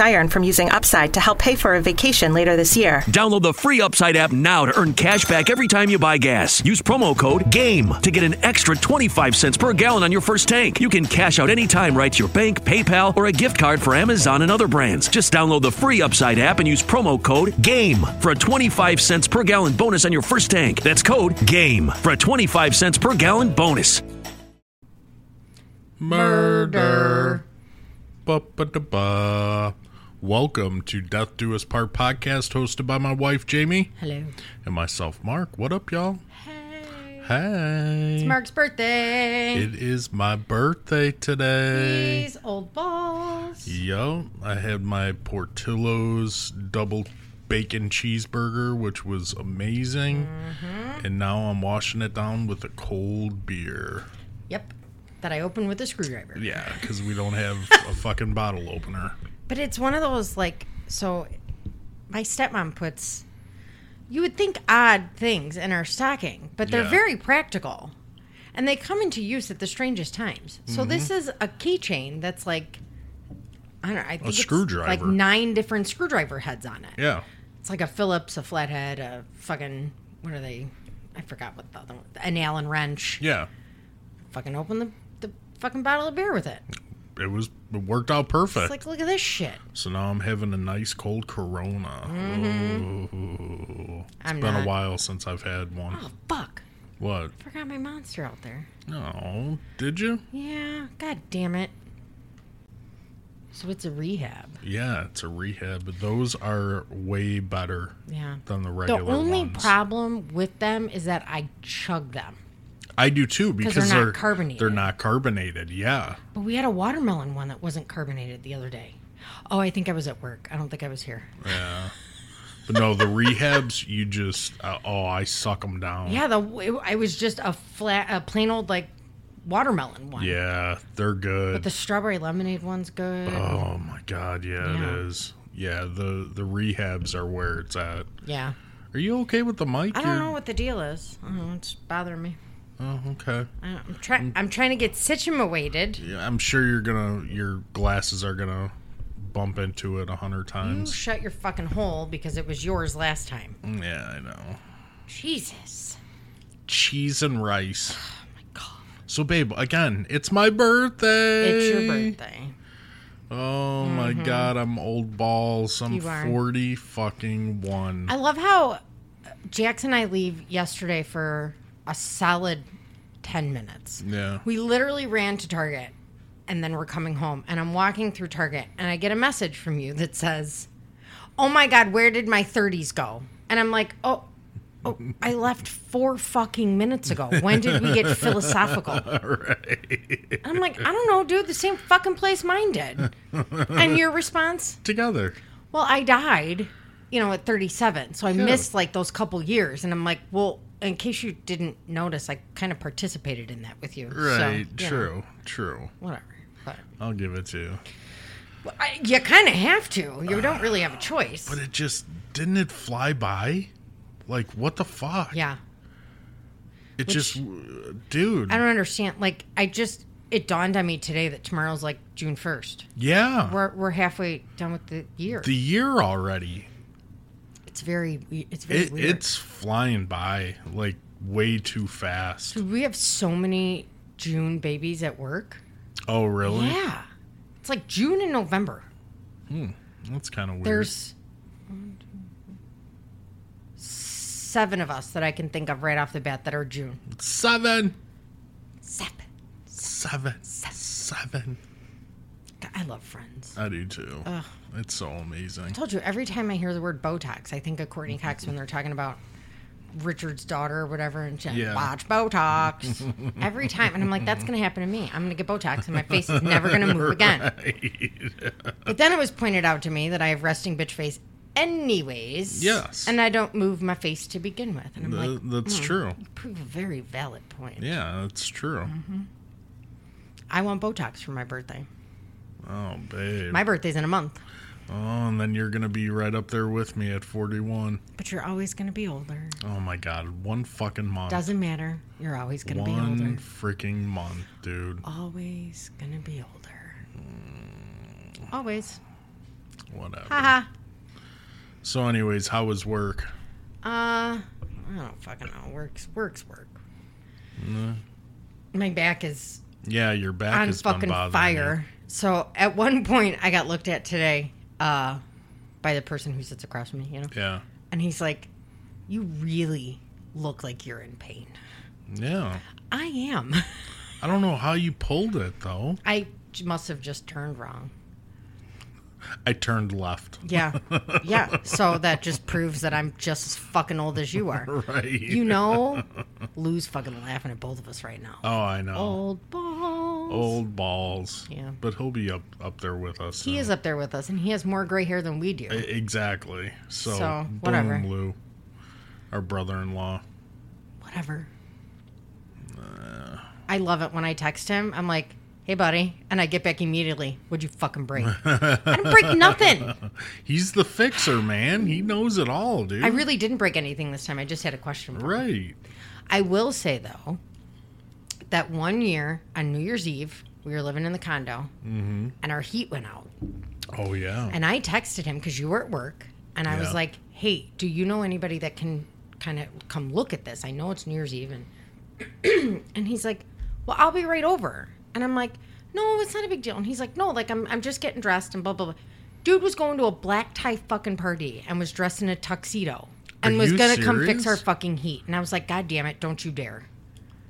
I earn from using Upside to help pay for a vacation later this year. Download the free Upside app now to earn cash back every time you buy gas. Use promo code GAME to get an extra 25 cents per gallon on your first tank. You can cash out anytime right to your bank, PayPal, or a gift card for Amazon and other brands. Just download the free Upside app and use promo code GAME for a 25 cents per gallon bonus on your first tank. That's code GAME for a 25 cents per gallon bonus. Murder. Ba-ba-da-ba. Welcome to Death Do Us Part podcast, hosted by my wife Jamie Hello. and myself Mark. What up, y'all? Hey, It's Mark's birthday. It is my birthday today. These old balls. Yo, I had my Portillo's double bacon cheeseburger, which was amazing, and now I'm washing it down with a cold beer. Yep. That I opened with a screwdriver. Yeah, because we don't have a fucking bottle opener. But it's one of those like so my stepmom puts you would think odd things in our stocking, but they're Yeah. very practical. And they come into use at the strangest times. So Mm-hmm. this is a keychain that's like I don't know, I think it's like screwdriver. nine different screwdriver heads on it. Yeah. It's like a Phillips, a flathead, a fucking what are they? I forgot what the other one. An Allen wrench. Yeah. Fucking open the, the fucking bottle of beer with it. It was it worked out perfect. It's like look at this shit. so now I'm having a nice cold Corona. Ooh. It's Mm-hmm. I'm been a not. while since I've had one. Oh fuck! What? Forgot my monster out there. No, did you? Yeah. God damn it. So it's a rehab. Yeah, it's a rehab. but Those are way better Yeah. than the The regular only ones. problem with them is that I chug them. I do too because they're not they're carbonated. They're not carbonated. Yeah. But we had a watermelon one that wasn't carbonated the other day. Oh, I think I was at work. I don't think I was here. But no, the rehabs you just uh, oh I suck them down. Yeah, the it, I was just a flat, a plain old like watermelon one. Yeah, they're good. But the strawberry lemonade one's good. Oh my god, yeah, Yeah. it is. Yeah, the the rehabs are where it's at. yeah. Are you okay with the mic? I don't You're- know what the deal is. I don't know, it's bothering me. Oh, okay. I don't, I'm trying. I'm trying to get situated. Yeah, I'm sure you're gonna your glasses are gonna bump into it a hundred You times. Mm, shut your fucking hole because it was yours last time. yeah, I know. Jesus. Cheese and rice. Oh So, babe, again, it's my birthday. It's your birthday. Oh my god, I'm old balls. I'm You are. forty fucking one. I love how Jackson and I leave yesterday for a solid ten minutes. yeah. We literally ran to Target and then we're coming home and I'm walking through Target and I get a message from you that says, "Oh my god, where did my 30s go?" And I'm like, "Oh, oh I left 4 fucking minutes ago. When did we get philosophical?" And I'm like, "I don't know, dude, the same fucking place mine did." And your response? Together. Well, I died, you know, at 37. So I missed like those couple years. And I'm like, well, in case you didn't notice, I kind of participated in that with you. So, Right. you know, true. True. whatever. But I'll give it to you. well, I, you kind of have to. You don't really have a choice. Ah. But it just didn't it fly by? Like what the fuck? yeah. It just w- dude. I don't understand. Like, I just, it dawned on me today that tomorrow's like June 1st. yeah. We're, we're halfway done with the year. Ah. the year already. it's very, we- it's very It, weird. it's flying by like way too fast. we have so many June babies at work. Oh really? Yeah. It's like June and November. That's kind of weird. There's seven of us that I can think of right off the bat that are June. seven, Seven. seven, seven. God, I love Friends. I do too. It's so amazing. I told you every time I hear the word Botox, I think of Courtney Cox when they're talking about Richard's daughter or whatever, and she's Yeah. like, watch Botox every time. And I'm like, that's going to happen to me. I'm going to get Botox, and my face is never going to move again. But then it was pointed out to me that I have resting bitch face anyways. Yes. And I don't move my face to begin with. And I'm Th- like, mm. hmm, that's true. prove a very valid point. Yeah, that's true. Mm-hmm. I want Botox for my birthday. Oh, babe. My birthday's in a month. oh, and then you're gonna be right up there with me at 41. But you're always going to be older. Oh my God, one fucking month. Doesn't matter. You're always going to be one older. freaking month, dude. Always going to be older. Mm. Always. Whatever. Haha. So, anyways, how was work? Uh, I don't fucking know. Works, works, work. My back is Yeah, your back on is fucking bothering fire. So at one point, I got looked at today uh, by the person who sits across from me, you know? you. Yeah. And he's like, You really look like you're in pain. Yeah. I am. I don't know how you pulled it though. I j- must have just turned wrong. I turned left. Yeah. Yeah. So that just proves that I'm just as fucking old as you are. Right. You know, Lou's fucking laughing at both of us right now. Oh, I know. Old balls. Old balls. Yeah. But he'll be up up there with us. He in- is up there with us, and he has more gray hair than we do. E- Exactly. So, So, boom, whatever. Lou, our brother-in-law. Whatever. I love it when I text him. I'm like, hey, buddy. And I get back immediately. Would you fucking break? I didn't break nothing. He's the fixer, man. He knows it all, dude. I really didn't break anything this time. I just had a question. for him. right. I will say though that one year on New Year's Eve, we were living in the condo, and our heat went out. Oh yeah. And I texted him because you were at work, and I was Yeah. like, "Hey, do you know anybody that can kind of come look at this? I know it's New Year's Eve." And and he's like, "Well, I'll be right over." And I'm like, "No, it's not a big deal." And he's like, "No, like I'm I'm just getting dressed and blah blah blah." Dude was going to a black tie fucking party and was dressed in a tuxedo and Are was you gonna come fix serious? our fucking heat. And I was like, "God damn it, don't you dare!"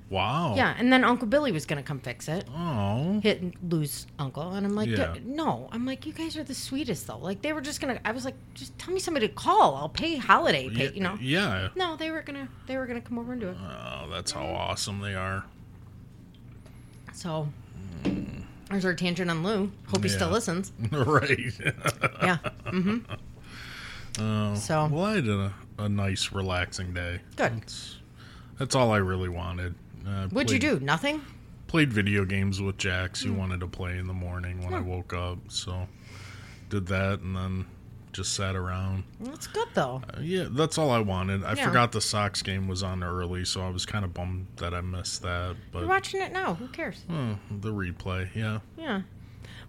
wow. Yeah, and then Uncle Billy was gonna come fix it. Oh. Hit Lou's uncle, and I'm like, Yeah. "D- no, I'm like, you guys are the sweetest though. Like they were just gonna. I was like, just tell me somebody to call. I'll pay holiday pay. you know. Yeah. No, they were gonna. They were gonna come over and do it. Oh, that's how awesome they are. So there's our tangent on Lou. Hope he still Yeah. listens. right. Yeah. Mm-hmm. so Uh, well, I had a, a nice, relaxing day. good. That's all I really wanted. Uh, What'd you do? Hmm. Nothing. Played video games with Jax. He wanted to play in the morning when I Hmm. woke up, so did that, and then just sat around. That's good though. Uh, Yeah, that's all I wanted. I Yeah. forgot the Sox game was on early, so I was kind of bummed that I missed that. But You're watching it now. Who cares? uh, the replay, yeah, Yeah.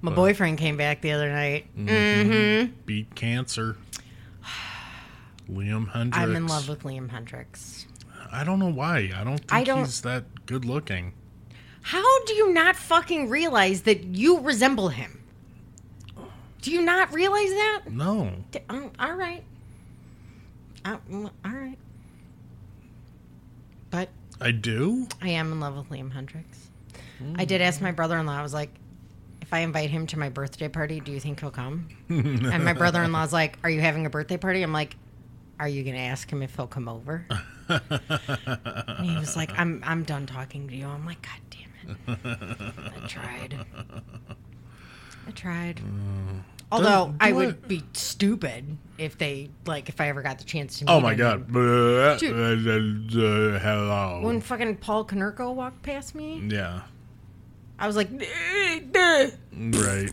My Uh. boyfriend came back the other night. beat cancer. Liam Hendricks. I'm in love with Liam Hendricks. I don't know why. I don't think I don't- he's that good looking. How do you not fucking realize that you resemble him? Do you not realize that? No. D- oh, all right. I- mm, all right. But I do? I am in love with Liam Hendricks. I did ask my Mm. brother in law, I was like, if I invite him to my birthday party, do you think he'll come? and my brother in law's like, Are you having a birthday party? I'm like, Are you gonna ask him if he'll come over? and he was like, I'm I'm done talking to you. I'm like, God damn it. I tried. I tried. Mm. Although Don't do I would it. be stupid if they like if I ever got the chance to meet Oh my him. god. Uh, Hello. When fucking Paul Konerko walked past me, yeah. I was like, "Eh, eh." Right. They're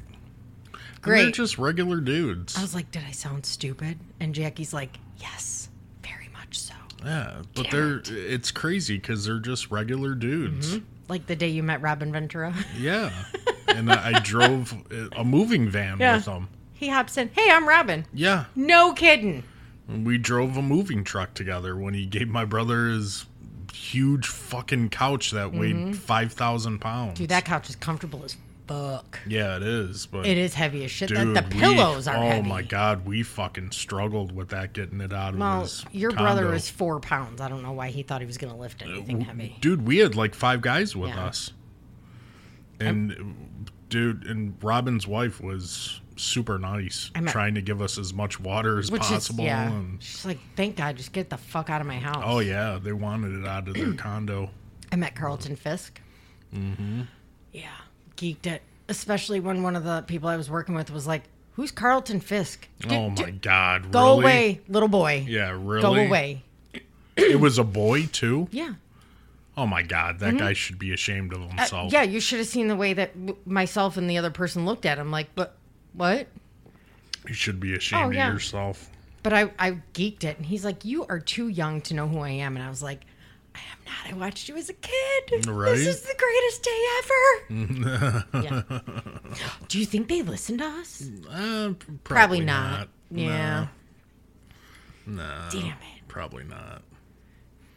Great. Oh, just regular dudes. I was like, did I sound stupid? And Jackie's like, yes, very much so. yeah, but they're it's crazy cuz they're just regular dudes. Like the day you met Robin Ventura. Yeah. and I, I drove a moving van Yeah. with them. he hops in, hey, I'm Robin. Yeah. No kidding. And we drove a moving truck together when he gave my brother his huge fucking couch that weighed 5,000 pounds. Mm-hmm. Dude, that couch is comfortable as fuck. yeah, it is, but It is heavy as shit. Dude, like the we- pillows are oh heavy. my god, we fucking struggled with that getting it out of Well, his. your condo. Uh, brother is four pounds. I don't know why he thought he was going to lift anything heavy. dude. We had like five guys with Yeah. us, and dude, and Robin's wife was super nice, I'm at- trying to give us as much water as Which possible. is yeah. and, She's like, thank God, just get the fuck out of my house. oh yeah, they wanted it out of their condo. I met Carlton Fisk. Mm-hmm. Yeah, geeked it. Especially when one of the people I was working with was like, "Who's Carlton Fisk? Dude, oh my god, go really? away, little boy. Yeah, really. Go away. It was a boy too. Yeah, Oh my god, that guy should be ashamed of Mm-hmm. Uh, himself. yeah. You should have seen the way that w- myself and the other person looked at him. Like, but what? you should be ashamed Oh, yeah. of yourself. But I, I geeked it, and he's like, "You are too young to know who I am," and I was like, "I am not. I watched you as a kid. Right? This is the greatest day ever." yeah. Do you think they listen to us? Uh, p- probably, Probably not. Yeah. No. No, Damn it, Probably not.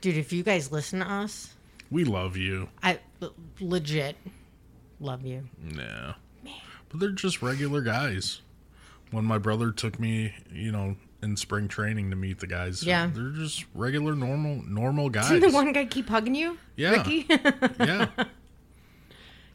dude! If you guys listen to us, We love you. I l- legit love you. No. But they're just regular guys. When my brother took me, you know, in spring training to meet the guys, Yeah. they're just regular, normal, normal guys. Didn't the one guy keep hugging you, Yeah. Ricky? yeah,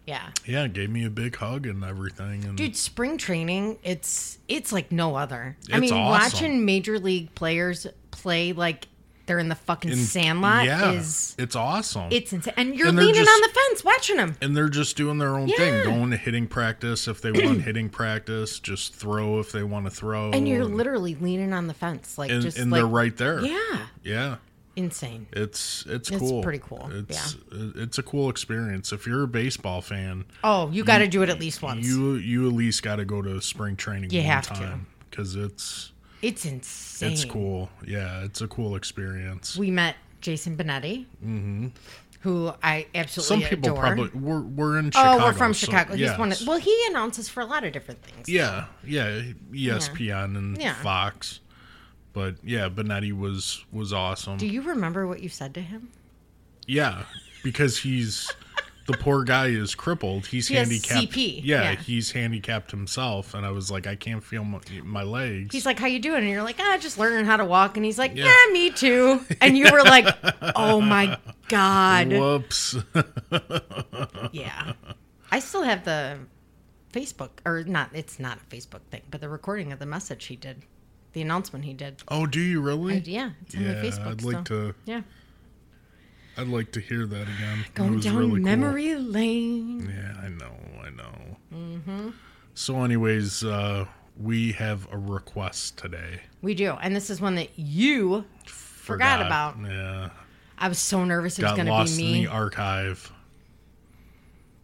yeah, yeah, gave me a big hug and everything, and dude. Spring training, it's it's like no other. I It's mean, awesome. watching major league players play like they're in the fucking and- sandlot yeah, is it's awesome. It's insane. And you're And they're leaning just- on the fence watching them. and they're just doing their own Yeah. thing, going to hitting practice if they want hitting practice, just throw if they want to throw, And you're literally leaning on the fence. Like, and, just and like, they're right there. Yeah. yeah. Insane. It's it's It's cool. pretty cool, It's it's a cool experience. If you're a baseball fan, Oh, you got to do it at least once. you you at least got to go to spring training You one have to. time because it's it's insane. it's cool. Yeah, it's a cool experience. We met Jason Benetti, mm-hmm. who I absolutely Some people adore. probably we're we're in oh, Chicago. we're from so- Chicago. He's yeah, one. Of, well, he announces for a lot of different things. yeah, yeah, E ESPN and Yeah. Fox. But yeah, Benetti was was awesome. Do you remember what you said to him? Yeah, because he's the poor guy is crippled. He's He has handicapped. CP, Yeah, yeah. he's handicapped himself, and I was like, I can't feel my, my legs. He's like, "How you doing?" And you're like, "Ah, just learning how to walk." And he's like, "Yeah, Yeah. me too." And you were like, "Oh my god." Whoops! Yeah. I still have the Facebook, or not, it's not a Facebook thing, but the recording of the message he did, the announcement he did. Oh, do you really? Yeah, it's on Yeah, my Facebook. I'd like still. to- Yeah. I'd like to hear that again. It Going was down really cool. memory lane. Yeah, I know, I know. Mm-hmm. So, anyways, uh, we have a request today. We do. And this is one that you forgot, about. Yeah, I was so nervous it was got going to be lost in me. the archive.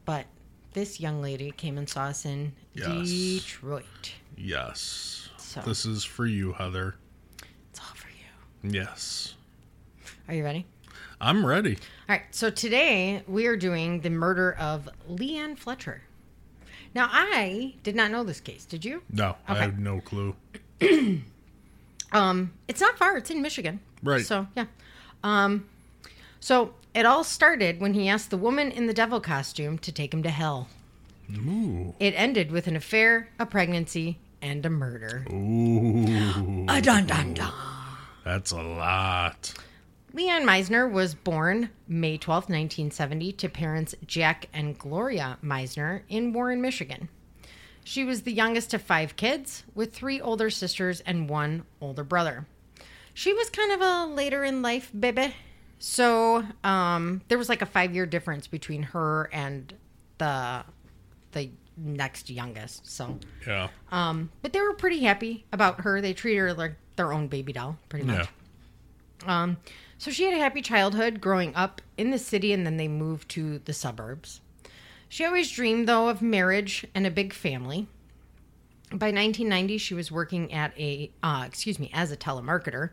but this young lady came and saw us in Yes. Detroit. Yes, So- this is for you, Heather. It's all for you. Yes, Are you ready? I'm ready. All right, so today we are doing the murder of Leanne Fletcher. Now, I did not know this case. Did you? No, I Okay. have no clue. Um, it's not far. It's in Michigan. Right. So yeah. Um, so it all started when he asked the woman in the devil costume to take him to hell. Ooh. It ended with an affair, a pregnancy, and a murder. Ooh. A dun dun dun. That's a lot. Leanne Meisner was born May 12, 1970, to parents Jack and Gloria Meisner in Warren, Michigan. She was the youngest of five kids, with three older sisters and one older brother. She was kind of a later in life baby. So um, there was like a five year difference between her and the the next youngest. So, Yeah. um, but they were pretty happy about her. They treated her like their own baby doll, pretty much. yeah. Um, so she had a happy childhood growing up in the city, and then they moved to the suburbs. She always dreamed, though, of marriage and a big family. By 1990, she was working at a, uh, excuse me, as a telemarketer,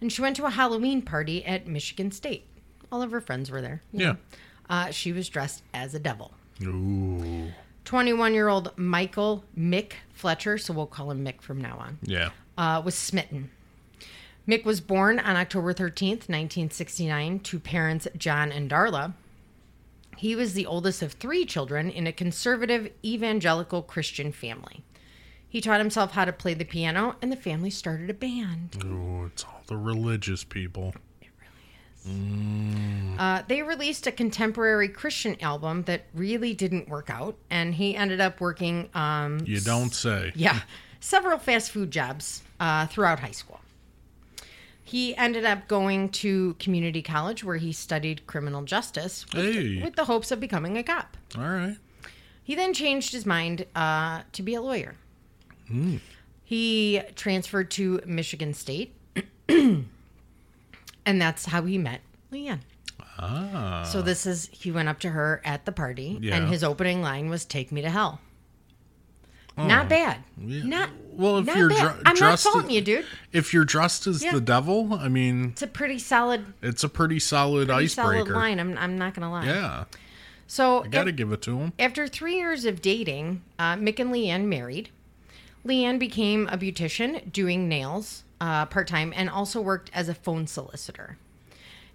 and she went to a Halloween party at Michigan State. All of her friends were there. Yeah. Uh, she was dressed as a devil. Ooh. 21 year old Michael Mick Fletcher, so we'll call him Mick from now on Yeah. uh, was smitten. Mick was born on October 13th, 1969, to parents John and Darla. He was the oldest of three children in a conservative evangelical Christian family. He taught himself how to play the piano, and the family started a band. Ooh, it's all the religious people. Uh, they released a contemporary Christian album that really didn't work out, and he ended up working, um, You don't say. yeah, several fast food jobs uh, throughout high school. He ended up going to community college where he studied criminal justice with, Hey. with the hopes of becoming a cop. All right. He then changed his mind uh, to be a lawyer. Hmm. He transferred to Michigan State, and that's how he met Leanne. Ah. So this is he went up to her at the party, Yeah. and his opening line was "Take me to hell." Oh. Not bad. Not Well, if not you're bad. dr- I'm not dressed, faulting you, dude. If you're dressed as Yeah. the devil, I mean, It's a pretty solid, it's a pretty solid pretty solid icebreaker. line. I'm, I'm not gonna lie. Yeah, So I gotta if- give it to him. After three years of dating, uh, Mick and Leanne married. Leanne became a beautician doing nails uh, part time and also worked as a phone solicitor.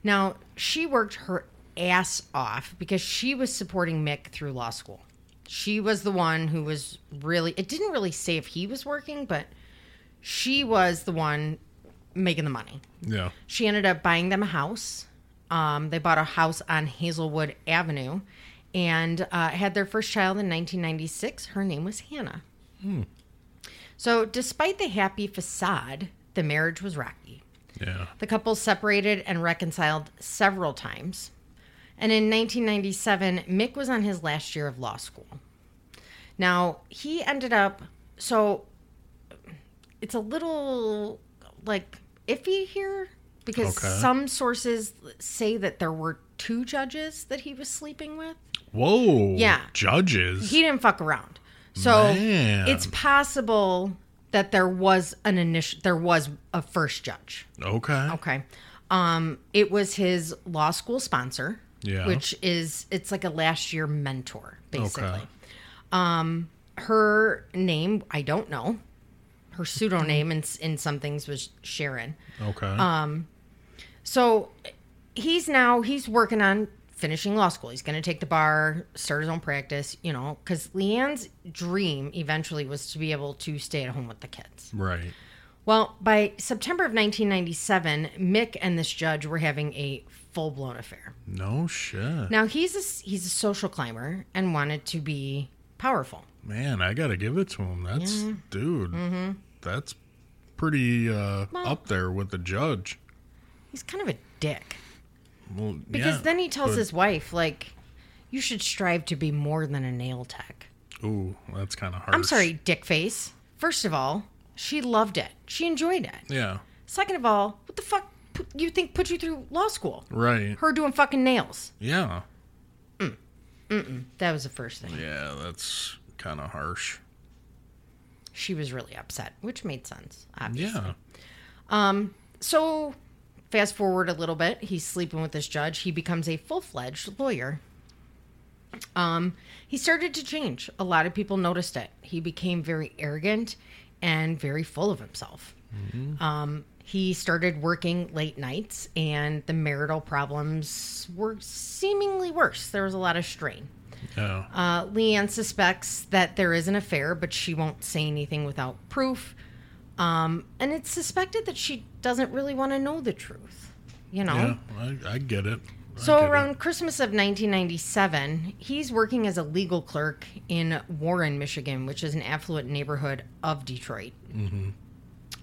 Now, she worked her ass off because she was supporting Mick through law school. She was the one who was really, it didn't really say if he was working, but she was the one making the money. Yeah, She ended up buying them a house. Um, they bought a house on Hazelwood Avenue and uh, had their first child in 1996. Her name was Hannah. So, despite the happy facade, the marriage was rocky. yeah. The couple separated and reconciled several times. And in 1997, Mick was on his last year of law school. Now, he ended up, so it's a little like iffy here because Okay. some sources say that there were two judges that he was sleeping with. Whoa. Yeah. Judges. He didn't fuck around. So Man. it's possible that there was an initial, there was a first judge. okay. Okay. Um, it was his law school sponsor, Yeah. which is it's like a last year mentor, basically. Okay. Um, her name I don't know. Her pseudonym in s- in some things was Sharon. Okay. Um, So he's now he's working on finishing law school. He's going to take the bar, start his own practice. You know, because Leanne's dream eventually was to be able to stay at home with the kids. right. Well, by September of 1997, Mick and this judge were having a full-blown affair. No shit. Now he's a, he's a social climber and wanted to be powerful. Man, I gotta give it to him. That's dude. Mm-hmm. That's pretty uh, up there with the judge. He's kind of a dick Well, because yeah, then he tells but- his wife like, "You should strive to be more than a nail tech." Ooh, that's kind of hard. I'm sorry, dick face. First of all, she loved it. She enjoyed it. Yeah. Second of all, what the fuck put, you think put you through law school? Right. Her doing fucking nails. Yeah. That was the first thing. Yeah, that's kind of harsh. She was really upset, which made sense. Obviously. Yeah. So, fast forward a little bit, he's sleeping with this judge. He becomes a full fledged lawyer. Um, he started to change. A lot of people noticed it. He became very arrogant and very full of himself. Um, he started working late nights, and the marital problems were seemingly worse. There was a lot of strain. Yeah. Uh, Leanne suspects that there is an affair, but she won't say anything without proof. Um, and it's suspected that she doesn't really want to know the truth, you know? yeah. I, I get it. I So get it. around Christmas of 1997, he's working as a legal clerk in Warren, Michigan, which is an affluent neighborhood of Detroit. Um,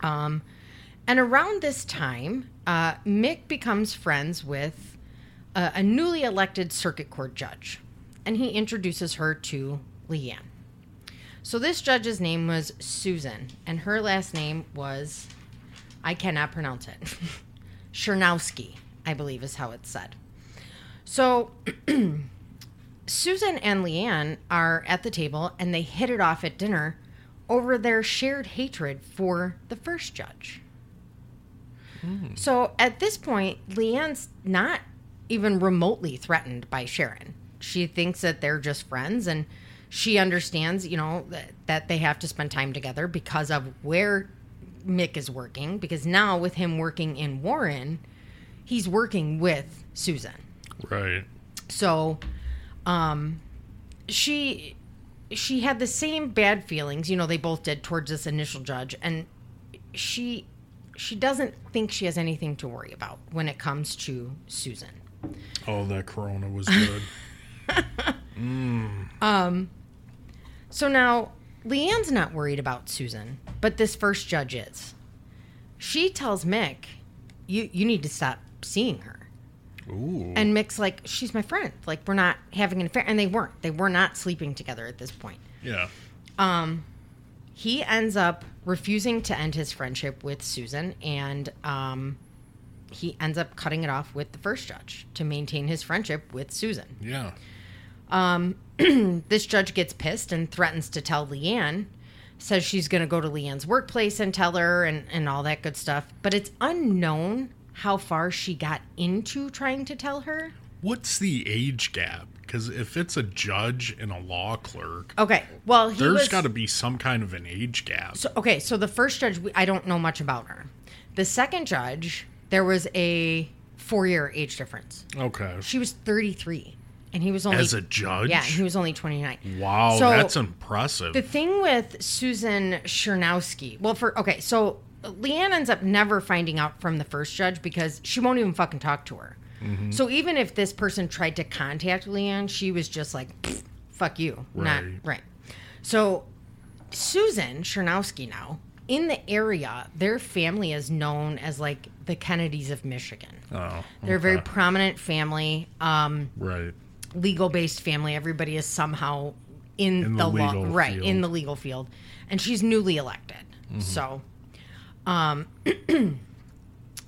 and around this time, uh, Mick becomes friends with uh, a, a newly elected circuit court judge, and he introduces her to Leanne. So this judge's name was Susan, and her last name was I cannot pronounce it. Chernowski, I believe, is how it's said. So Susan and Leanne are at the table and they hit it off at dinner over their shared hatred for the first judge. So at this point, Leanne's not even remotely threatened by Sharon. She thinks that they're just friends and she understands, you know, that, that they have to spend time together because of where Mick is working. Because now, with him working in Warren, he's working with Susan. Right. So, um, she she had the same bad feelings, you know, they both did towards this initial judge, and she she doesn't think she has anything to worry about when it comes to Susan. Oh, that Corona was good. So now Leanne's not worried about Susan, but this first judge is. She tells Mick, "You you need to stop seeing her." Ooh. And Mick's like, "She's my friend. Like we're not having an affair." And they weren't. They were not sleeping together at this point. yeah. He ends up refusing to end his friendship with Susan, and um, he ends up cutting it off with the first judge to maintain his friendship with Susan. Yeah. This judge gets pissed and threatens to tell Leanne, says she's going to go to Leanne's workplace and tell her and, and all that good stuff. But it's unknown how far she got into trying to tell her. What's the age gap? Because if it's a judge and a law clerk, Okay. Well, Oh, he there's was. got to be some kind of an age gap. so, okay. So the first judge, we- I don't know much about her. The second judge, there was a four year age difference. okay. She was 33, and he was only. As a judge? Yeah, he was only 29. wow, So- that's impressive. The thing with Susan Chernowski, well, for okay, so Leanne ends up never finding out from the first judge because she won't even fucking talk to her. Mm-hmm. So even if this person tried to contact Leanne, she was just like, "Pfft, "Fuck you, not Right. right." So Susan Chernowski now in the area, their family is known as like the Kennedys of Michigan. oh, They're a very okay. prominent family. Um, right. legal based family. Everybody is somehow in, In the, the law, legal right? In field. Mm-hmm. the legal field, and she's newly elected. So, um,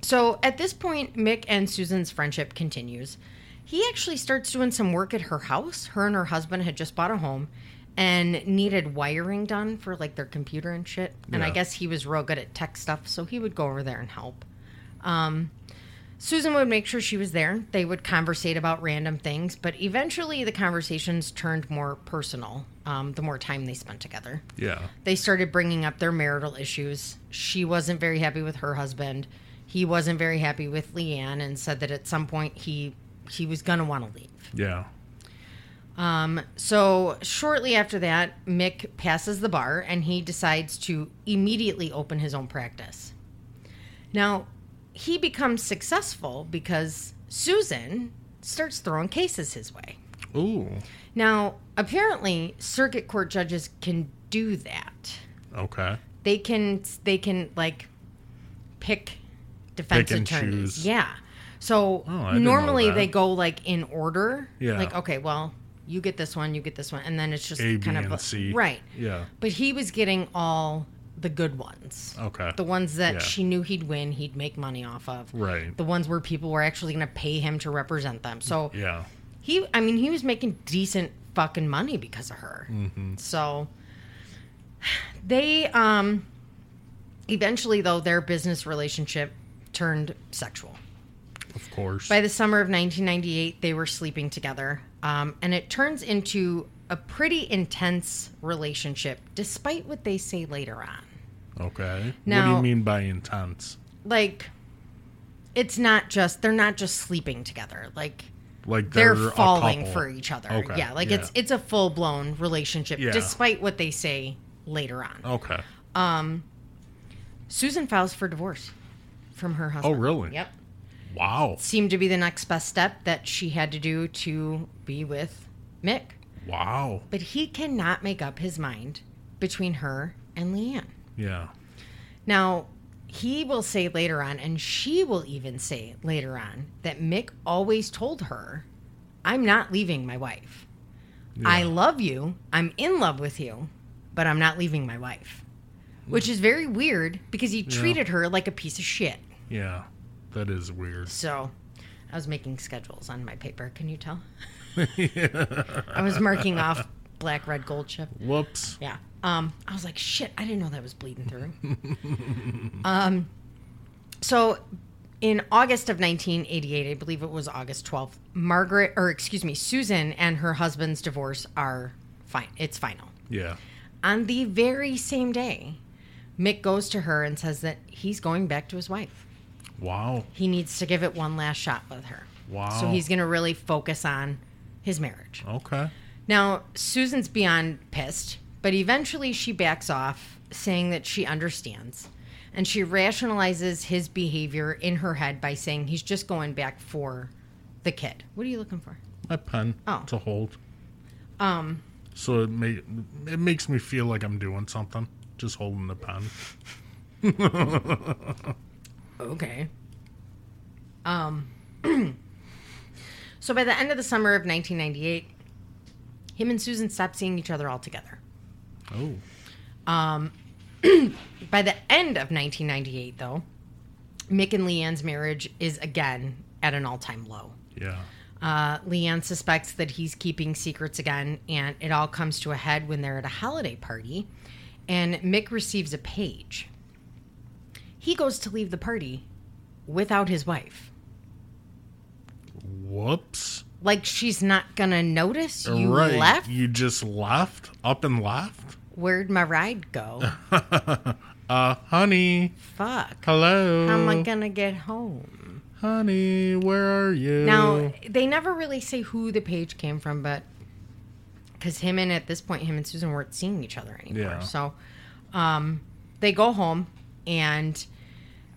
so at this point, Mick and Susan's friendship continues. He actually starts doing some work at her house. Her and her husband had just bought a home and needed wiring done for like their computer and shit. And I Yeah. guess he was real good at tech stuff, so he would go over there and help. Um, Susan would make sure she was there. They would conversate about random things, but eventually the conversations turned more personal um, the more time they spent together. Yeah. They started bringing up their marital issues. She wasn't very happy with her husband. He wasn't very happy with Leanne and said that at some point he he was going to want to leave. Yeah. Um, so shortly after that, Mick passes the bar and he decides to immediately open his own practice. Now, he becomes successful because Susan starts throwing cases his way. Ooh. Now, apparently, circuit court judges can do that. Okay. They can they can like pick defense Pick and attorneys. choose. Yeah. Oh, So I didn't know normally that. they go like in order. Yeah. Like okay, well, you get this one, you get this one, and then it's just A, B, kind of and C. right. Yeah. But he was getting all the good ones. Okay. The ones that Yeah. she knew he'd win, he'd make money off of. Right. The ones where people were actually going to pay him to represent them. So Yeah. he i mean he was making decent fucking money because of her so they um eventually though their business relationship turned sexual Of course. by the summer of 1998 they were sleeping together um, and it turns into a pretty intense relationship despite what they say later on okay. what do Now- you mean by intense? like it's not just they're not just sleeping together like Like they're, they're, a falling couple. for each other. Okay. Yeah, like it's yeah. it's a full blown relationship, Yeah. Oh. despite what they say later on. Okay. Susan files for divorce from her husband. Oh, really? Yep. Wow. Seemed to be the next best step that she had to do to be with Mick, Wow. but he cannot make up his mind between her and Leanne. Yeah. Now. He will say later on, and she will even say later on, that Mick always told her, I'm not leaving my wife. I love you. I'm in love with you, but I'm not leaving my wife. Which is very weird because he treated her like a piece of shit. Yeah. That is weird. So I was making schedules on my paper. Can you tell? I was marking off black, red, gold chip. Whoops. Yeah. Um, I was like, shit, I didn't know that was bleeding through. um, so in August of 1988, I believe it was August 12th, Margaret, or excuse me, Susan and her husband's divorce are fine. It's final. Yeah. On the very same day, Mick goes to her and says that he's going back to his wife. Wow. He needs to give it one last shot with her. So Wow. he's going to really focus on his marriage. Okay. Now, Susan's beyond pissed, but eventually she backs off, saying that she understands. And she rationalizes his behavior in her head by saying he's just going back for the kid. What are you looking for? My pen Oh. Um. to hold. Um. So it may it makes me feel like I'm doing something. Just holding the pen. Okay. Um. so by the end of the summer of 1998, him and Susan stopped seeing each other altogether. Oh. By the end of 1998, though, Mick and Leanne's marriage is again at an all-time low. Yeah. Uh, Leanne suspects that he's keeping secrets again, and it all comes to a head when they're at a holiday party, and Mick receives a page. He goes to leave the party without his wife. Whoops. Like she's not gonna notice you right. left. You just left? Up and left? Where'd my ride go? Uh, honey. Fuck. Hello. How am I gonna get home? honey, where are you? Now they never really say who the page came from, but because him and at this point him and Susan weren't seeing each other anymore, Yeah. so um, they go home and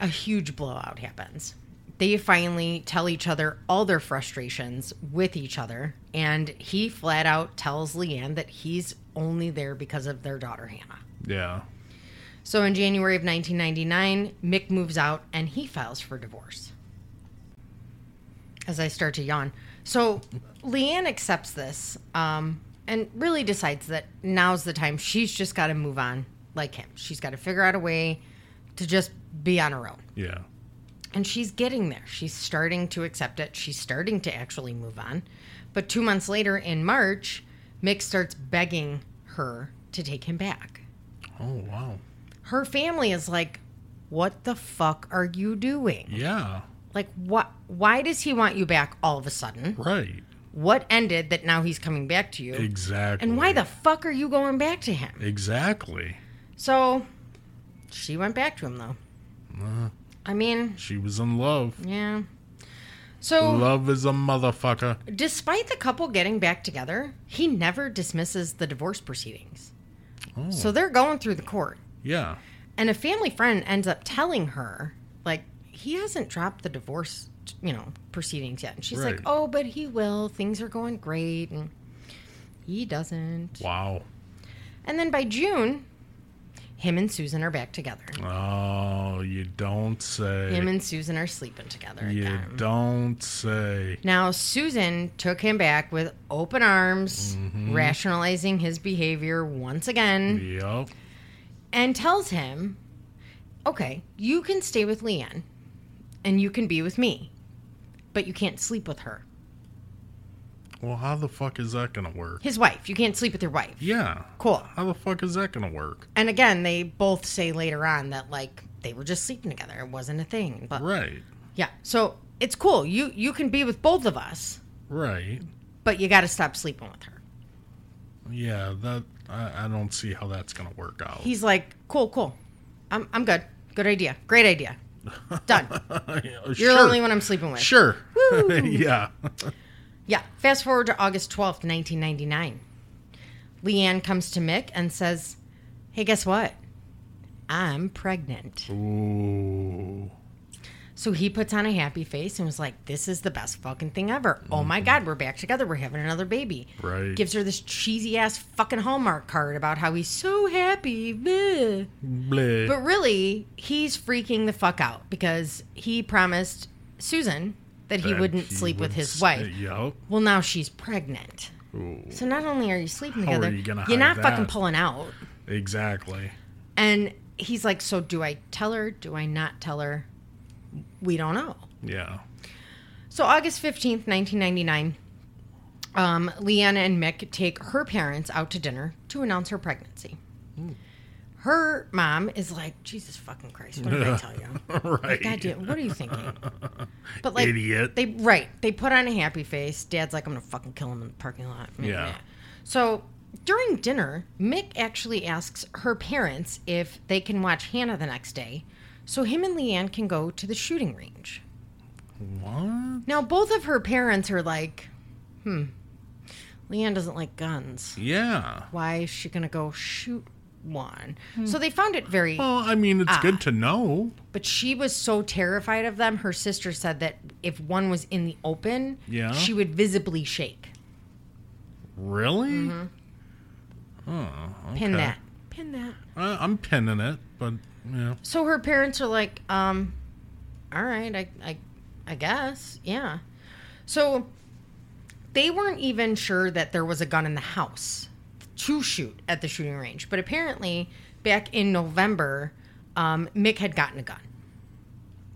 a huge blowout happens. They finally tell each other all their frustrations with each other, and he flat out tells Leanne that he's only there because of their daughter Hannah. Yeah. So in January of 1999, Mick moves out and he files for divorce. As I start to yawn. So Leanne accepts this um, and really decides that now's the time. She's just got to move on like him. She's got to figure out a way to just be on her own. Yeah. And she's getting there. She's starting to accept it. She's starting to actually move on. But two months later, in March, Mick starts begging her to take him back Oh, wow. her family is like, "What the fuck are you doing? Yeah. Like, what? Why does he want you back all of a sudden? Right. What ended that now he's coming back to you? Exactly. And why the fuck are you going back to him?" Exactly. So, she went back to him though. I mean, She was in love. yeah. So, Love is a motherfucker. despite the couple getting back together, he never dismisses the divorce proceedings. So they're going through the court. Yeah. And a family friend ends up telling her, like, he hasn't dropped the divorce, you know, proceedings yet. And she's like, Right. oh, but he will. Things are going great. And he doesn't. Wow. And then by June, him and Susan are back together. Oh, you don't say. Him and Susan are sleeping together you again. don't say. Now, Susan took him back with open arms, rationalizing his behavior once again. Yep. and tells him, "Okay, you can stay with Leanne, and you can be with me, but you can't sleep with her, Well, how the fuck is that gonna work? his wife. You can't sleep with your wife." Yeah. Cool. How the fuck is that gonna work? And again, they both say later on that like they were just sleeping together; it wasn't a thing. But Right. yeah, so it's cool. You you can be with both of us, Right. but you got to stop sleeping with her. Yeah. That I, I don't see how that's gonna work out. He's like, "Cool, cool. I'm I'm good. Good idea. Great idea. Done. You're the only one I'm sleeping with." Sure. yeah. Yeah. Fast forward to August 12th, 1999. Leanne comes to Mick and says, Hey, guess what? I'm pregnant. Ooh. So he puts on a happy face and was like, This is the best fucking thing ever. Oh my God, we're back together. We're having another baby. Mm-hmm. Right. Gives her this cheesy ass fucking Hallmark card about how he's so happy. Bleh. Bleh. But really, he's freaking the fuck out because he promised Susan that he That wouldn't he sleep with would his s- uh, wife. Yep. Well, now she's pregnant. So not only are you sleeping How are together, you gonna are not hide fucking that? pulling out. Exactly. And he's like, so do I tell her? Do I not tell her? We don't know. Yeah. So August fifteenth, nineteen ninety nine, um, Leanna and Mick take her parents out to dinner to announce her pregnancy. Her mom is like, Jesus fucking Christ, what did I tell you? right. God damn, what are you thinking? But like, Idiot. They right. They put on a happy face. Dad's like, I'm gonna fucking kill him in the parking lot. Yeah. So during dinner, Mick actually asks her parents if they can watch Hannah the next day, so him and Leanne can go to the shooting range. What? Now both of her parents are like, hmm, Leanne doesn't like guns. Yeah. Why is she gonna go shoot one. So they found it very. Well, I mean, Ah. it's good to know. But she was so terrified of them. Her sister said that if one was in the open, Yeah. she would visibly shake. Really? Mm-hmm. Pin Okay. that. Pin that. I, I'm pinning it, but yeah. So her parents are like, um, all right, I, I, I guess, yeah. So they weren't even sure that there was a gun in the house to shoot at the shooting range, but apparently, back in November, um, Mick had gotten a gun,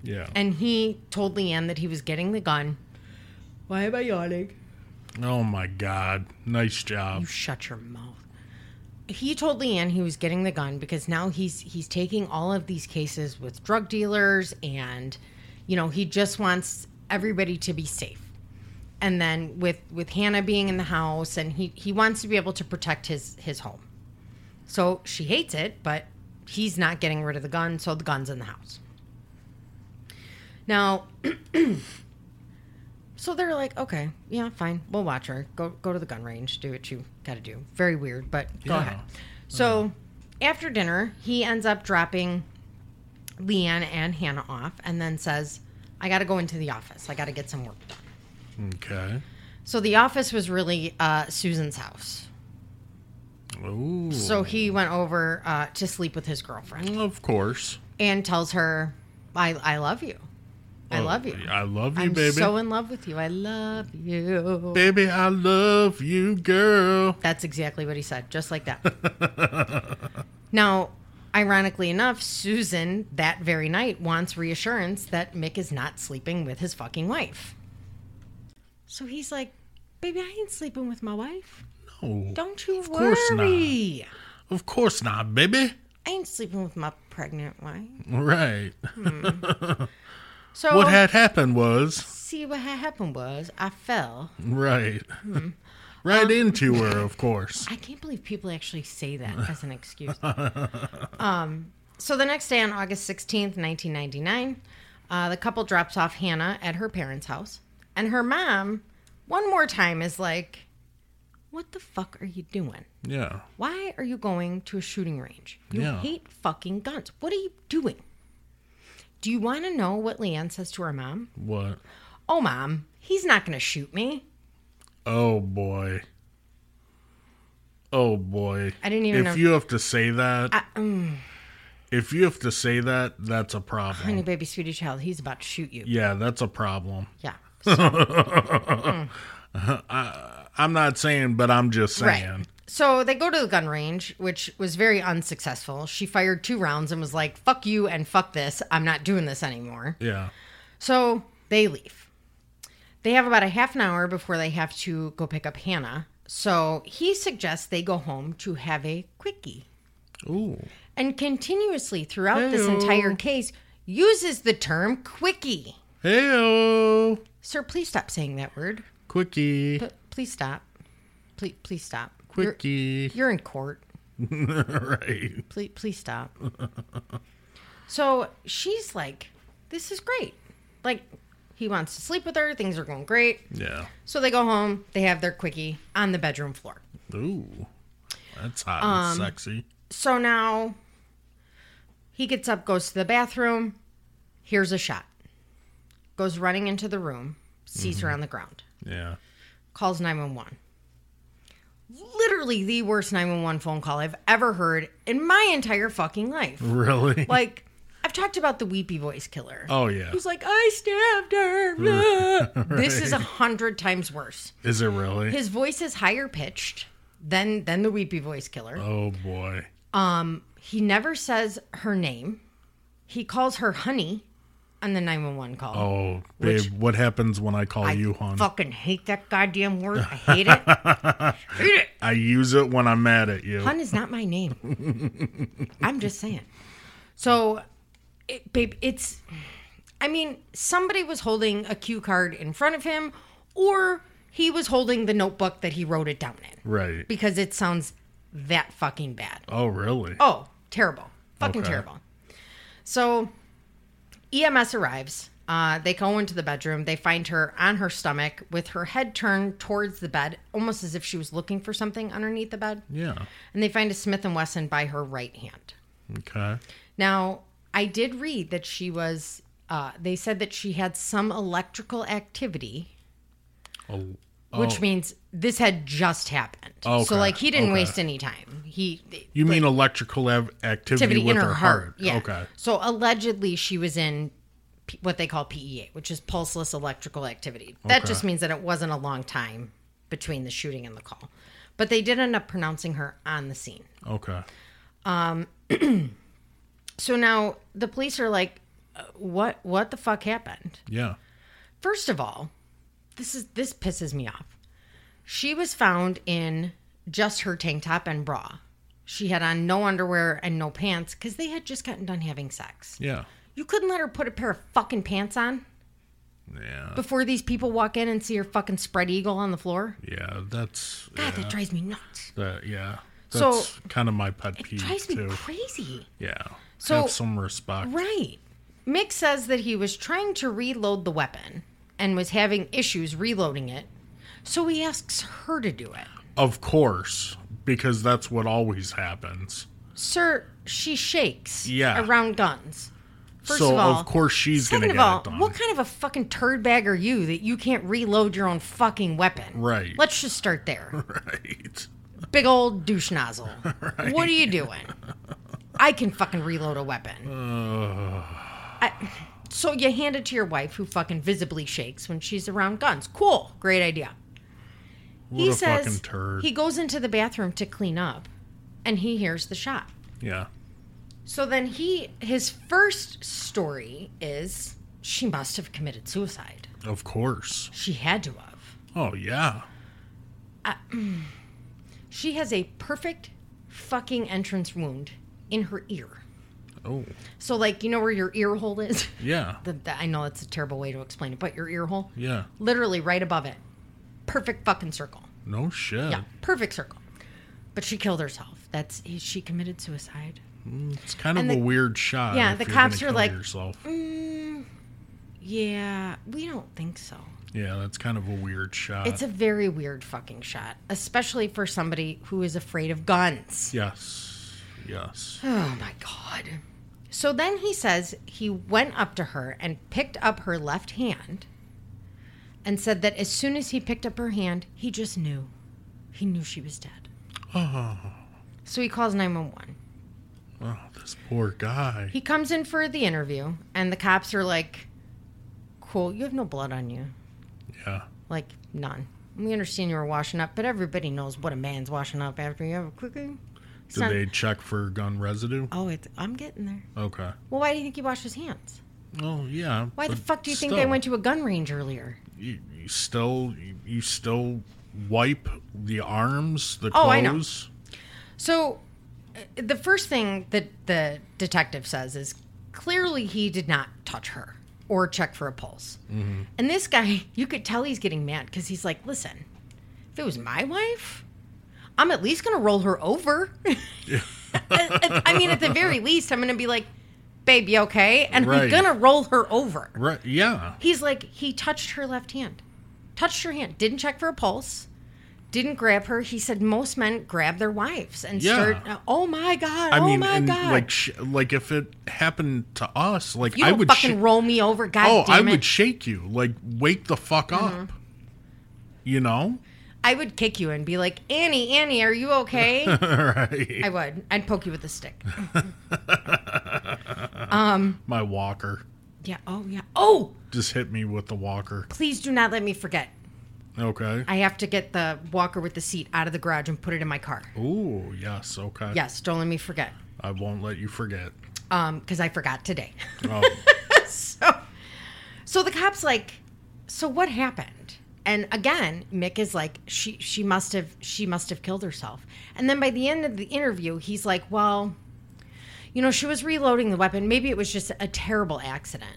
Yeah. and he told Leanne that he was getting the gun. Why am I yawning? oh my God. Nice job. You shut your mouth. He told Leanne he was getting the gun because now he's he's taking all of these cases with drug dealers and you know, he just wants everybody to be safe. And then with with Hannah being in the house and he he wants to be able to protect his his home. So she hates it, but he's not getting rid of the gun, so the gun's in the house. Now, so they're like, okay, yeah, fine, we'll watch her. Go go to the gun range, do what you got to do. Very weird, but go Yeah. ahead. So after dinner, he ends up dropping Leanne and Hannah off, and then says, "I got to go into the office. I got to get some work done." Okay. So the office was really uh, Susan's house. Ooh. So he went over uh, to sleep with his girlfriend. of course. and tells her, "I I love you. I Oh, love you. I love you, I'm baby. so in love with you. I love you." Baby, I love you, girl. That's exactly what he said, just like that. now, ironically enough, Susan that very night wants reassurance that Mick is not sleeping with his fucking wife. So he's like, "Baby, I ain't sleeping with my wife. Oh, Don't you of worry. course not. Of course not, baby. I ain't sleeping with my pregnant wife." Right. So What had happened was see what had happened was I fell right, Hmm. right Um, into her. Of course. I can't believe people actually say that as an excuse. um, so the next day on August 16th, 1999, uh, the couple drops off Hannah at her parents' house. And her mom, one more time, is like, What the fuck are you doing? Yeah. Why are you going to a shooting range? You Yeah. hate fucking guns. What are you doing? Do you want to know what Leanne says to her mom? What? Oh, mom, he's not going to shoot me. Oh boy. Oh boy. I didn't even If know- mm. you have to say that. If you have to say that, that's a problem. Honey, baby, sweetie child, he's about to shoot you. Yeah, that's a problem. Yeah. I'm not saying, but I'm just saying. Right. So they go to the gun range, which was very unsuccessful. She fired two rounds and was like, fuck you and fuck this. I'm not doing this anymore. Yeah. So they leave. They have about a half an hour before they have to go pick up Hannah. So he suggests they go home to have a quickie. Ooh. And continuously throughout this Hey-o. entire case, uses the term quickie. Heyo. Sir, please stop saying that word. Quickie. P- Please stop. Please, please stop. You're- Quickie. you're in court. right. please, please stop. so she's like, this is great. Like, he wants to sleep with her. Things are going great. Yeah. So they go home. They have their quickie on the bedroom floor. Ooh. That's hot and Um, sexy. So now he gets up, goes to the bathroom, hears a shot, goes running into the room, sees her on the ground, Yeah. calls 911. Literally the worst 911 phone call I've ever heard in my entire fucking life. Really? like I've talked about the weepy voice killer. oh yeah. Who's like, I stabbed her. This is a hundred times worse. Is it really? His voice is higher pitched than than the weepy voice killer. oh boy. He never says her name. He calls her honey on the 911 call. Oh, babe, what happens when I call I you hon? fucking hate that goddamn word. I hate it. hate it. I use it when I'm mad at you. Hun is not my name. I'm just saying. So, it, babe, it's. I mean, somebody was holding a cue card in front of him, or he was holding the notebook that he wrote it down in Right. because it sounds that fucking bad. oh, really? Oh, terrible. Fucking Okay. terrible. So EMS arrives. Uh, they go into the bedroom. They find her on her stomach with her head turned towards the bed, almost as if she was looking for something underneath the bed. Yeah. And they find a Smith and Wesson by her right hand. Okay. Now, I did read that she was. Uh, they said that she had some electrical activity, Oh, which means this had just happened. Okay, So, like, he didn't okay. waste any time. He you mean electrical av- activity, activity with in her, heart. Yeah. Okay. So allegedly, she was in P- what they call PEA, which is pulseless electrical activity. That just means that it wasn't a long time between the shooting and the call. But they did end up pronouncing her on the scene. Okay. So now the police are like, uh, "What? What the fuck happened?" Yeah. First of all, this is this pisses me off. She was found in just her tank top and bra. She had on no underwear and no pants because they had just gotten done having sex. Yeah. You couldn't let her put a pair of fucking pants on Yeah. before these people walk in and see her fucking spread eagle on the floor? Yeah. That's God, that drives me nuts. that. Yeah. So- That's kind of my pet It peeve drives me too. crazy. yeah. So- Have some respect. Right. Mick says that he was trying to reload the weapon and was having issues reloading it, so he asks her to do it. Of course, because that's what always happens. Sir, she shakes Yeah. around guns. First so of all, course she's gonna Second get of all, it done. what kind of a fucking turd bag are you that you can't reload your own fucking weapon? Right. Let's just start there. right. big old douche nozzle. What are you doing? I can fucking reload a weapon. I- so you hand it to your wife, who fucking visibly shakes when she's around guns. Cool, great idea. he a says fucking turd. he goes into the bathroom to clean up, and he hears the shot. Yeah. So then he his first story is she must have committed suicide. Of course. She had to have. Oh yeah. She has a perfect fucking entrance wound in her ear. Oh So, like, you know where your ear hole is? yeah. The, the, I know that's a terrible way to explain it, but your ear hole? Yeah. Literally right above it. Perfect fucking circle. No shit. Yeah, perfect circle. But she killed herself. That's she committed suicide. It's kind of And a the- weird shot. yeah, if the you're gonna cops are kill like, "Mm." yourself. Yeah, we don't think so. Yeah, that's kind of a weird shot. It's a very weird fucking shot, especially for somebody who is afraid of guns. yes. Yes. Oh my God. So then he says he went up to her and picked up her left hand and said that as soon as he picked up her hand, he just knew. He knew she was dead. So he calls 911. Oh, this poor guy. He comes in for the interview, and the cops are like, Cool, you have no blood on you. Yeah. Like, none. We understand you were washing up, but everybody knows what a man's washing up after you have a quickie. Did they check for gun residue? Oh, it's, I'm getting there. Okay. Well, why do you think he washed his hands? Oh yeah. Why the fuck do you think they went to a gun range earlier? You, you still, you, you still wipe the arms, the Oh, I know. clothes. So, uh, the first thing that the detective says is clearly he did not touch her or check for a pulse. And this guy, you could tell he's getting mad because he's like, listen, if it was my wife, I'm at least going to roll her over. I I mean, at the very least, I'm going to be like, babe, you okay? And I'm Right. going to roll her over. Right. Yeah. He's like, he touched her left hand, touched her hand, didn't check for a pulse, didn't grab her. He said most men grab their wives and Yeah. start, oh my God, I oh mean, my and God. like, sh- like if it happened to us, like you I don't would. fucking sh- roll me over, God oh, I damn it. Mm-hmm. would shake you. Like, wake the fuck up. You know. I would kick you and be like, Annie, Annie, are you okay? right. I would. I'd poke you with a stick. My walker Yeah, oh yeah. Oh, just hit me with the walker. please do not let me forget. Okay. I have to get the walker with the seat out of the garage and put it in my car. Ooh. Yes. Okay. Yes, don't let me forget. I won't let you forget. Um, because I forgot today. Oh, so, so the cops like, so what happened? And again, Mick is like, she she must have she must have killed herself. And then by the end of the interview, he's like, well, you know, she was reloading the weapon. Maybe it was just a terrible accident.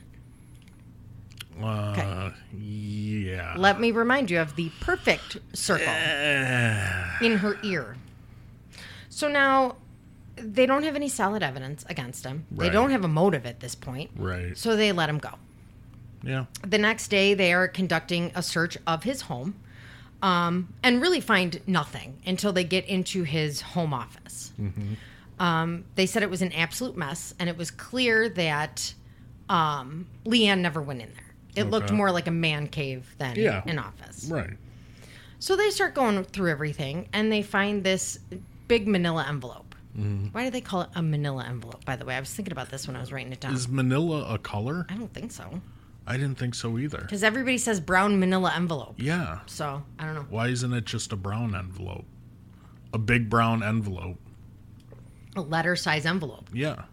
uh, yeah. Let me remind you of the perfect circle in her ear. So now they don't have any solid evidence against him. They Right. don't have a motive at this point. Right. So they let him go. Yeah. The next day, they are conducting a search of his home um, and really find nothing until they get into his home office. Mm-hmm. Um, they said it was an absolute mess, and it was clear that um, Leanne never went in there. It looked more like a man cave than Yeah. an office. Right. So they start going through everything and they find this big manila envelope. Mm-hmm. Why do they call it a manila envelope, by the way? I was thinking about this when I was writing it down. Is Manila a color? I don't think so. I didn't think so either. Because everybody says brown manila envelope. Yeah. So I don't know. Why isn't it just a brown envelope? A big brown envelope. A letter size envelope. Yeah.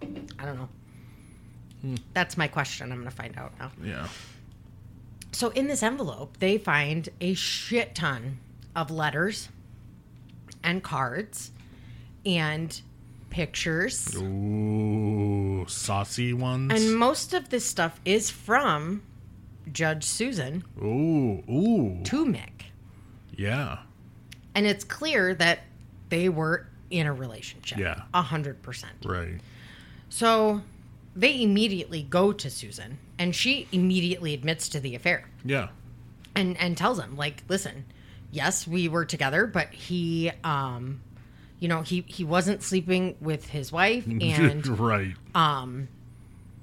I don't know. That's my question. I'm going to find out now. Yeah. So in this envelope, they find a shit ton of letters and cards and pictures. Ooh, saucy ones. And most of this stuff is from Judge Susan ooh, ooh. to Mick. Yeah. And it's clear that they were in a relationship. Yeah. A hundred percent. Right. So they immediately go to Susan and she immediately admits to the affair Yeah. and, and tells him, like, listen, yes, we were together, but he um you know, he, he wasn't sleeping with his wife and um, right.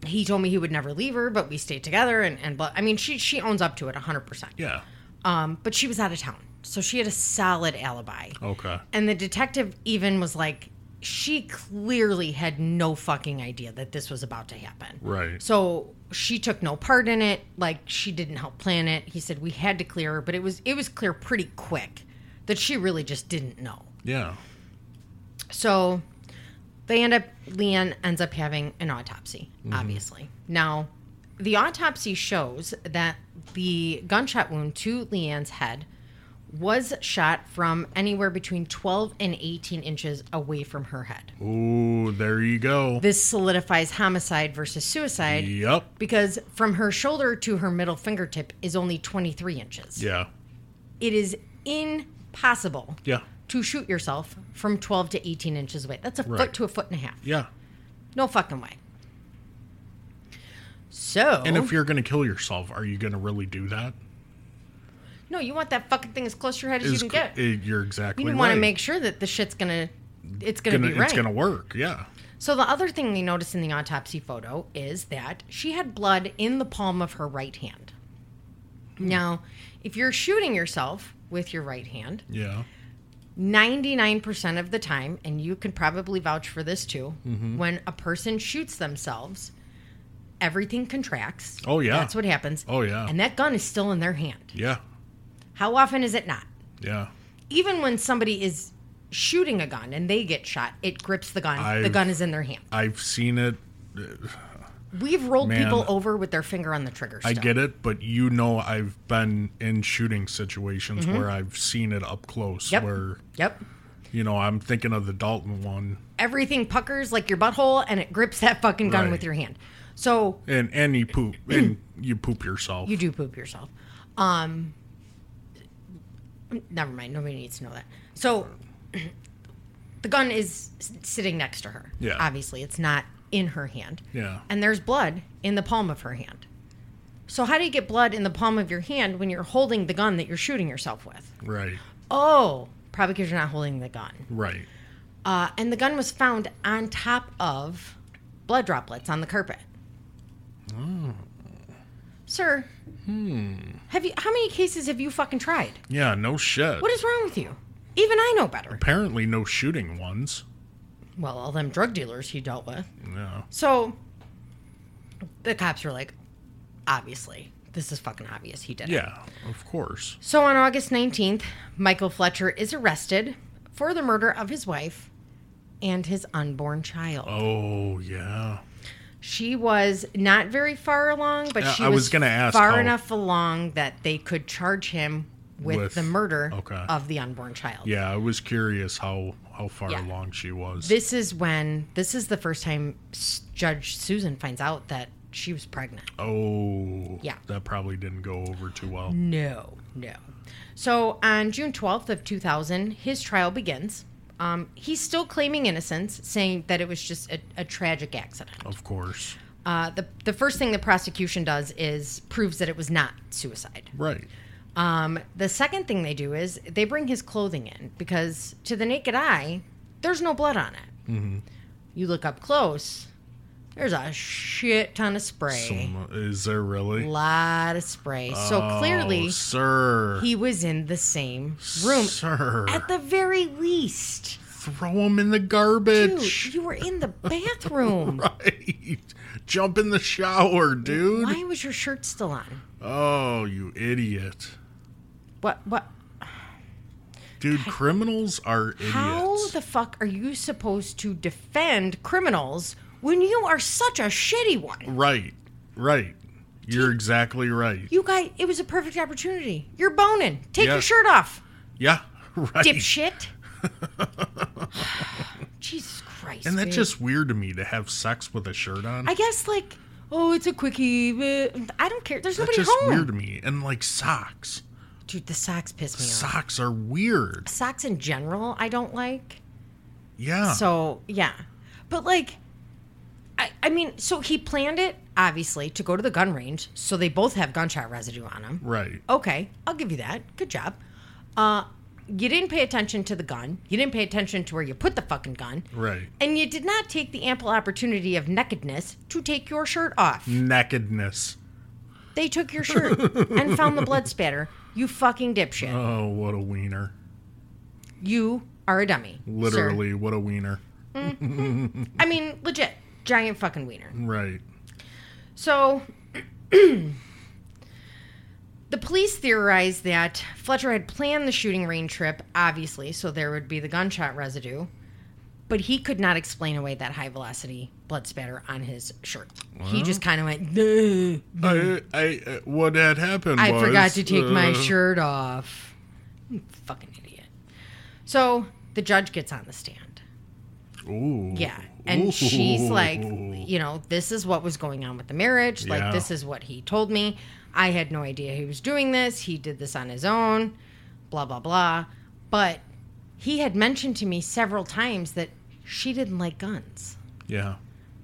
he told me he would never leave her, but we stayed together and, and blah. I mean she she owns up to it hundred percent. yeah. Um, but she was out of town, so she had a solid alibi. Okay. And the detective even was like, she clearly had no fucking idea that this was about to happen. Right. So she took no part in it. Like she didn't help plan it. He said we had to clear her, but it was it was clear pretty quick that she really just didn't know. Yeah. So they end up Leanne ends up having an autopsy, Mm-hmm. obviously. Now, the autopsy shows that the gunshot wound to Leanne's head was shot from anywhere between 12 and 18 inches away from her head. Ooh, there you go. This solidifies homicide versus suicide Yep. because from her shoulder to her middle fingertip is only 23 inches. Yeah. It is impossible Yeah. to shoot yourself from 12 to 18 inches away. That's a Right. foot to a foot and a half. Yeah. No fucking way. So, And if you're going to kill yourself, are you going to really do that? no, you want that fucking thing as close to your head as Is- you can get. eh, You're exactly you right. want to make sure that the shit's gonna, it's gonna, Gonna- be right. It's going to work. Yeah. so the other thing they notice in the autopsy photo is that she had blood in the palm of her right hand. Hmm. Now, if you're shooting yourself with your right hand, Yeah. 99% of the time, and you can probably vouch for this too, Mm-hmm. when a person shoots themselves, everything contracts. Oh, yeah. That's what happens. Oh, yeah. And that gun is still in their hand. Yeah. How often is it not? Yeah. Even when somebody is shooting a gun and they get shot, it grips the gun. the I've- gun is in their hand. I've seen it. uh, We've rolled Man. people over with their finger on the trigger. I still. get it, but you know I've been in shooting situations where I've seen it up close Mm-hmm. Yep. where Yep. you know, I'm thinking of the Dalton one. Everything puckers like your butthole and it grips that fucking gun Right. with your hand. So And and you poop and you poop yourself. You do poop yourself. Um, never mind. Nobody needs to know that. So, the gun is s- sitting next to her. Yeah. Obviously, it's not in her hand. Yeah. And there's blood in the palm of her hand. So how do you get blood in the palm of your hand when you're holding the gun that you're shooting yourself with? Right. Oh, probably because you're not holding the gun. Right. Uh, and the gun was found on top of blood droplets on the carpet. Sir, have you? How many cases have you fucking tried? Yeah, no shit. What is wrong with you? Even I know better. Apparently no shooting ones. Well, all them drug dealers he dealt with. Yeah. So the cops were like, obviously, this is fucking obvious. He did it. Yeah, of course. So on August 19th, Michael Fletcher is arrested for the murder of his wife and his unborn child. Oh yeah. She was not very far along, but Yeah, she I was was, gonna ask far how- enough along that they could charge him with, With- the murder okay. of the unborn child. Yeah, I was curious how how far Yeah. along she was. This is when this is the first time S- Judge Susan finds out that she was pregnant. oh. Yeah. Mm. That probably didn't go over too well. No, no. So on June 12th of 2000, his trial begins. Um, he's still claiming innocence, saying that it was just a, a tragic accident. Of course. Uh, the the first thing the prosecution does is proves that it was not suicide. Right. Um, the second thing they do is they bring his clothing in because to the naked eye, there's no blood on it. Mm-hmm. You look up close, there's a shit ton of spray. Some, uh, is there really? lot of spray. so Oh, clearly, sir. he was in the same room. Sir. At the very least, Throw him in the dude, garbage. you were in the bathroom. Right. Jump in the shower, dude. Why was your shirt still on? Oh, you idiot. What? What? Dude, criminals are idiots. How the fuck are you supposed to defend criminals when you are such a shitty one? right. Right. You're exactly right. You guys, it was a perfect opportunity. You're boning. Take Yeah. your shirt off, Yeah. Right. dipshit. Jesus Christ. And babe. that's just weird to me to have sex with a shirt on. I guess like, oh, it's a quickie. but I don't care. There's that's nobody just home. weird to me. And like socks. Dude, the socks piss me off. Socks are weird. Socks in general, I don't like. Yeah. So yeah, but like, I, I mean, so he planned it obviously to go to the gun range, so they both have gunshot residue on them. right. Okay, I'll give you that. Good job. Uh, you didn't pay attention to the gun. You didn't pay attention to where you put the fucking gun. Right. And you did not take the ample opportunity of nakedness to take your shirt off. Nakedness. They took your shirt and found the blood spatter. You fucking dipshit. Oh, what a wiener. you are a dummy. sir. Literally, what a wiener. I mean, legit. Giant fucking wiener. Right. So, the police theorized that Fletcher had planned the shooting range trip, obviously, so there would be the gunshot residue, but he could not explain away that high velocity blood spatter on his shirt. He just kind of went, "Ugh, I, I, uh, what had happened I was, forgot to take my uh, shirt off. Fucking idiot. So, the judge gets on the stand. Ooh. Yeah. And she's like, Ooh. you know, this is what was going on with the marriage. Like, Yeah. this is what he told me. I had no idea he was doing this. He did this on his own, blah, blah, blah. But he had mentioned to me several times that she didn't like guns. Yeah.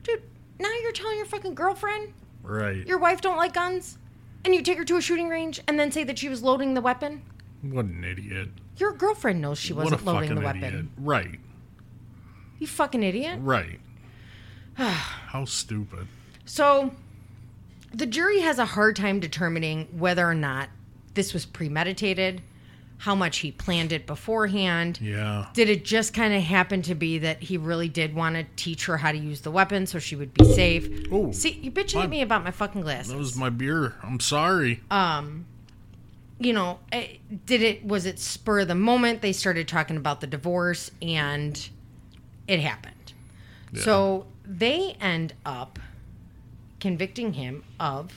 Dude, now you're telling your fucking girlfriend Right. your wife don't like guns and you take her to a shooting range and then say that she was loading the weapon? what an idiot. Your girlfriend knows she What a wasn't loading fucking the weapon. idiot. Right. You fucking idiot. Right. How stupid. So the jury has a hard time determining whether or not this was premeditated, how much he planned it beforehand. Yeah. Did it just kind of happen to be that he really did want to teach her how to use the weapon so she would be safe? Ooh. See, you bitching My- at me about my fucking glasses. That was my beer. I'm sorry. Uh, you know, eh, did it was it spur of the moment they started talking about the divorce and it happened. So they end up convicting him of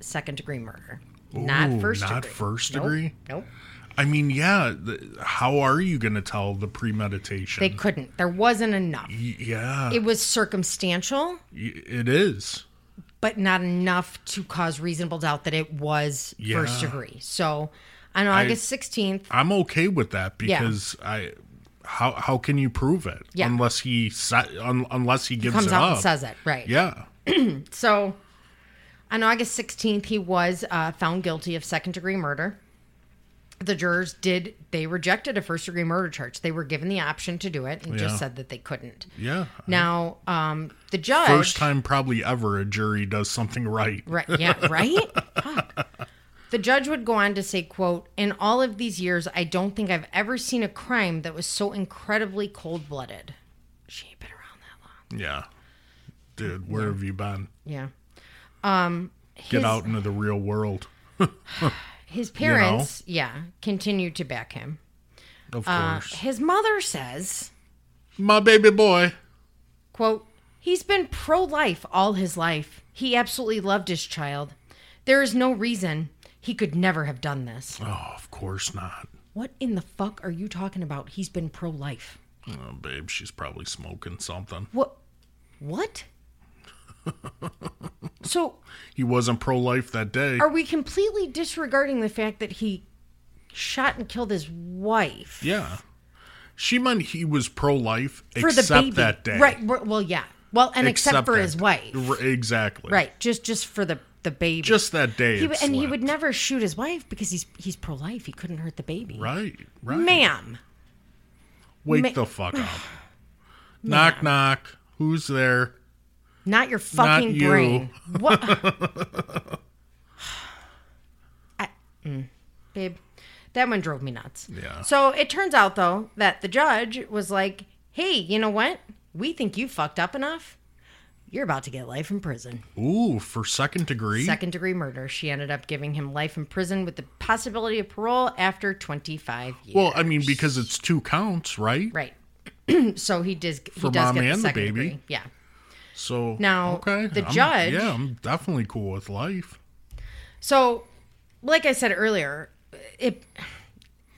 second degree murder, not Ooh, first not degree. first Nope, degree? Nope. I mean, yeah. th- how are you going to tell the premeditation? They couldn't. There wasn't enough. Y- yeah. It was circumstantial, y- it is. but not enough to cause reasonable doubt that it was first Yeah. degree. So on August 16th, I'm okay with that Yeah. because I. How, how can you prove it Yeah. unless he se- un- unless he gives comes it out up and says it. Right. yeah So, on August 16th, he was uh, found guilty of second degree murder. The jurors did, they rejected a first degree murder charge. They were given the option to do it and Yeah. just said that they couldn't. yeah Now, um, the judge. first time probably ever a jury does something right Right. Yeah. Right. Fuck. The judge would go on to say, "quote In all of these years, I don't think I've ever seen a crime that was so incredibly cold blooded." She ain't been around that long. yeah dude where have you been Yeah. Um, get his- out into the real world His parents, yeah, continued to back him. of course His mother says, my baby boy quote, he's been pro-life all his life. He absolutely loved his child. There is no reason he could never have done this. oh of course not What in the fuck are you talking about? He's been pro-life. oh, babe she's probably smoking something What? What? so, he wasn't pro-life that day are we completely disregarding the fact that he shot and killed his wife yeah she meant he was pro-life for the except baby that day Right. r- Well, yeah. Well, and except, for that- his wife. R- exactly. Right. Just just for the the baby. Just that day. He, it w- and he slipped. would never shoot his wife because he's he's pro life. He couldn't hurt the baby. Right. Right. Ma'am. Wake ma- the fuck up. knock knock. Who's there? Not your fucking you. brain. What? I- mm, babe, that one drove me nuts. Yeah. So it turns out, though, that the judge was like, hey, you know what? We think you fucked up enough. You're about to get life in prison. Ooh, for second degree. Second degree murder. She ended up giving him life in prison with the possibility of parole after 25 years. Well, I mean, because it's two counts, right? right. so he does, he For mom does get the and the second baby. degree. Yeah. So Now, okay, the I'm- judge- Yeah, I'm definitely cool with life. So, like I said earlier, it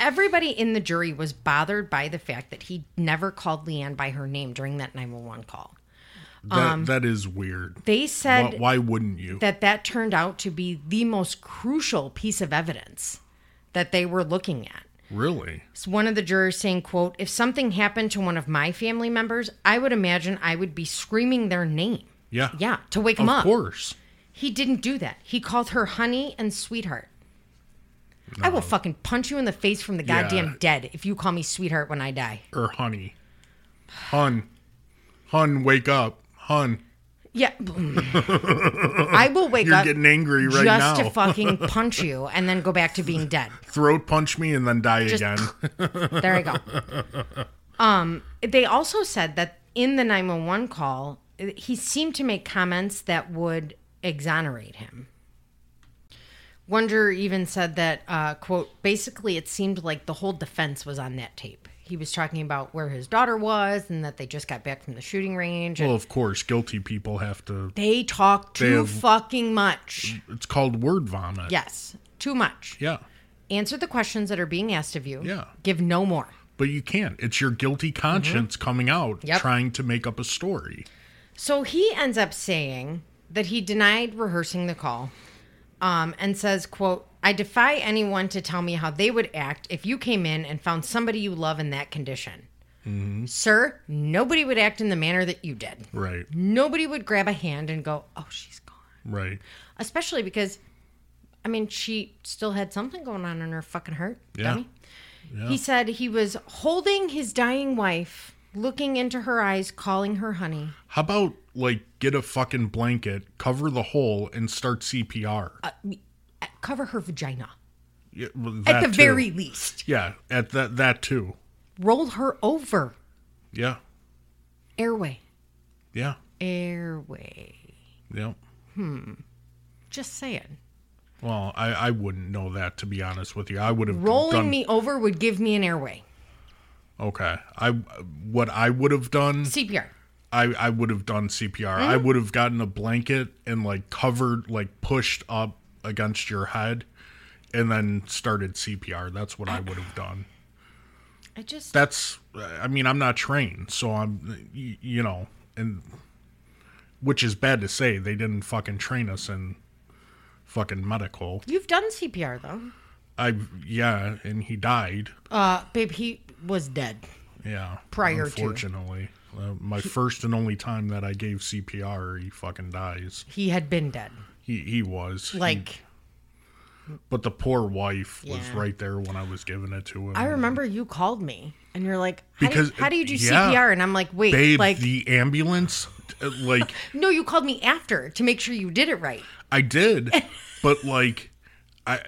everybody in the jury was bothered by the fact that he never called Leanne by her name during that 911 call. That, that is weird. Um, They said why, why wouldn't you? that that turned out to be the most crucial piece of evidence that they were looking at. really? It's one of the jurors saying, quote, if something happened to one of my family members, I would imagine I would be screaming their name. Yeah. Yeah, to wake Of him up. course. He didn't do that. He called her honey and sweetheart. I will fucking punch you in the face from the Yeah. goddamn dead if you call me sweetheart when I die. Or Er, honey. Hun. Hun, wake up. Hun. Yeah. I will wake You're up getting angry right just now. to fucking punch you and then go back to being dead. Throat punch me and then die Just- again. There you go. Um, they also said that in the 911 call, he seemed to make comments that would exonerate him. One juror even said that, uh, quote, basically it seemed like the whole defense was on that tape. He was talking about where his daughter was and that they just got back from the shooting range. And well, of course, guilty people have to. they talked They too have- Mm. fucking much. It's called word vomit. Yes, too much. Yeah. Answer the questions that are being asked of you. Yeah. Give no more. But you can't. It's your guilty conscience coming out Mm-hmm. Yep. trying to make up a story. So he ends up saying that he denied rehearsing the call um, and says, quote, I defy anyone to tell me how they would act if you came in and found somebody you love in that condition. Mm-hmm. Sir, nobody would act in the manner that you did. Right. Nobody would grab a hand and go, oh, she's gone. Right. Especially because, I mean, she still had something going on in her fucking heart. Yeah. Dummy. He said he was holding his dying wife, looking into her eyes, calling her honey. How about, like, get a fucking blanket, cover the hole, and start CPR? cover her vagina Yeah, well, Uh, at that the too. very least. Yeah, at that that too. Roll her over. Yeah. Airway. Yeah. Airway. Yeah. Just saying. Well, I, I wouldn't know that to be honest with you. I would have Rolling done, me over would give me an airway. Okay. I what I would have done. CPR. I I would have done CPR. I Mm-hmm. would have gotten a blanket and like covered, like pushed up against your head, and then started CPR. That's what I would have done. I just That's. I mean, I'm not trained, so I'm. You, you know, and which is bad to say. They didn't fucking train us in fucking medical. You've done CPR though. I yeah, and he died. Uh babe, he was dead. Yeah. Prior to. unfortunately. to uh, my first and only time that I gave CPR, he fucking dies. He had been dead. He he was. He- Like but the poor wife was Yeah. right there when I was giving it to him. I remember you called me and you're like, how Because- do you, how do, you do yeah. CPR? And I'm like, wait, Babe, like the ambulance uh, like no, you called me after to make sure you did it right. I did, but like, I,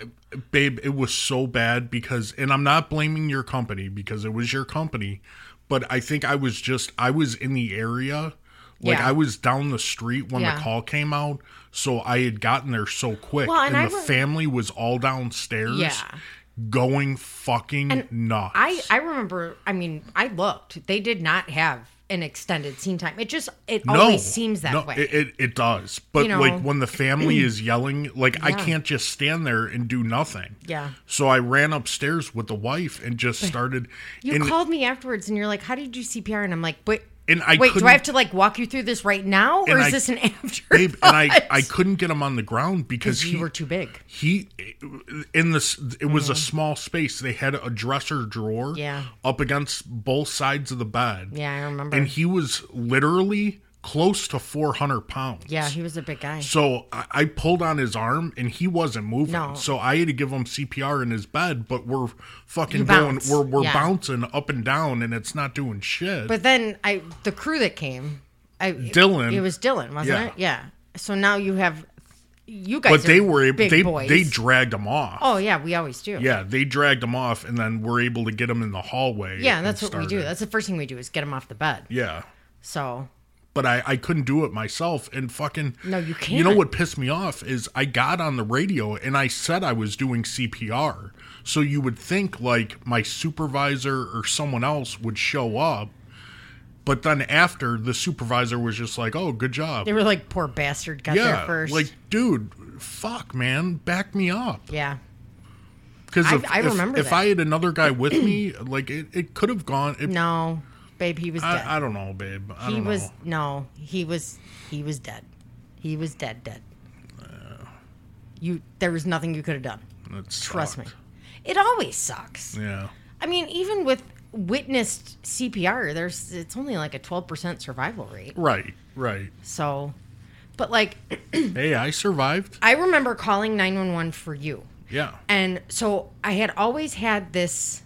babe, it was so bad because, and I'm not blaming your company because it was your company, but I think I was just, I was in the area. Like Yeah. I was down the street when Yeah. the call came out, so I had gotten there so quick, Well, and and, I the rem- family was all downstairs, Yeah. going fucking nuts. I I remember. I mean, I looked. They did not have an extended scene time. It just it always seems that no, way. It, it, it does, but You know? like when the family is yelling, like I can't just stand there and do nothing. Yeah. So I ran upstairs with the wife and just started. you and, called me afterwards, and you're like, "How do you do CPR?" And I'm like, "Wait." And I Wait, do couldn't- I have to like walk you through this right now, or And is I- this an after? babe, and I I couldn't get him on the ground because you he were too big. He in this it was a small space. They had a dresser drawer Yeah. up against both sides of the bed. Yeah, I remember. And he was literally close to 400 pounds. Yeah, he was a big guy. So I, I pulled on his arm and he wasn't moving. No. So I had to give him CPR in his bed, but we're fucking You going, bounce. we're, we're Yeah. bouncing up and down and it's not doing shit. But then I the crew that came, I Dylan. It, was Dylan, wasn't Yeah. it? Yeah. So now you have you But guys. they are were able, big they, boys. they dragged him off. oh yeah, we always do. Yeah, they dragged him off and then we're able to get him in the hallway. Yeah, and that's what we do. started. That's the first thing we do is get him off the bed. yeah. So But I, I couldn't do it myself and fucking No, you You know can't. what pissed me off is I got on the radio and I said I was doing CPR. So you would think like my supervisor or someone else would show up. But then after the supervisor was just like, "Oh, good job." they were like, "Poor bastard, got there yeah. first. Like, dude, fuck, man, back me up. yeah, Because I- if, I if- remember if, that. I had another guy with me, like it, it could have gone. It, no, babe, he was dead. I, I don't know, babe. I he don't was know. no, he was he was dead. He was dead, dead. You there was nothing you could have done. That Trust me, sucked. it always sucks. Yeah. I mean, even with witnessed CPR, there's it's only like a twelve percent survival rate. Right. Right. So, but like Hey, I survived. I remember calling nine one one for you. Yeah. and so i had always had this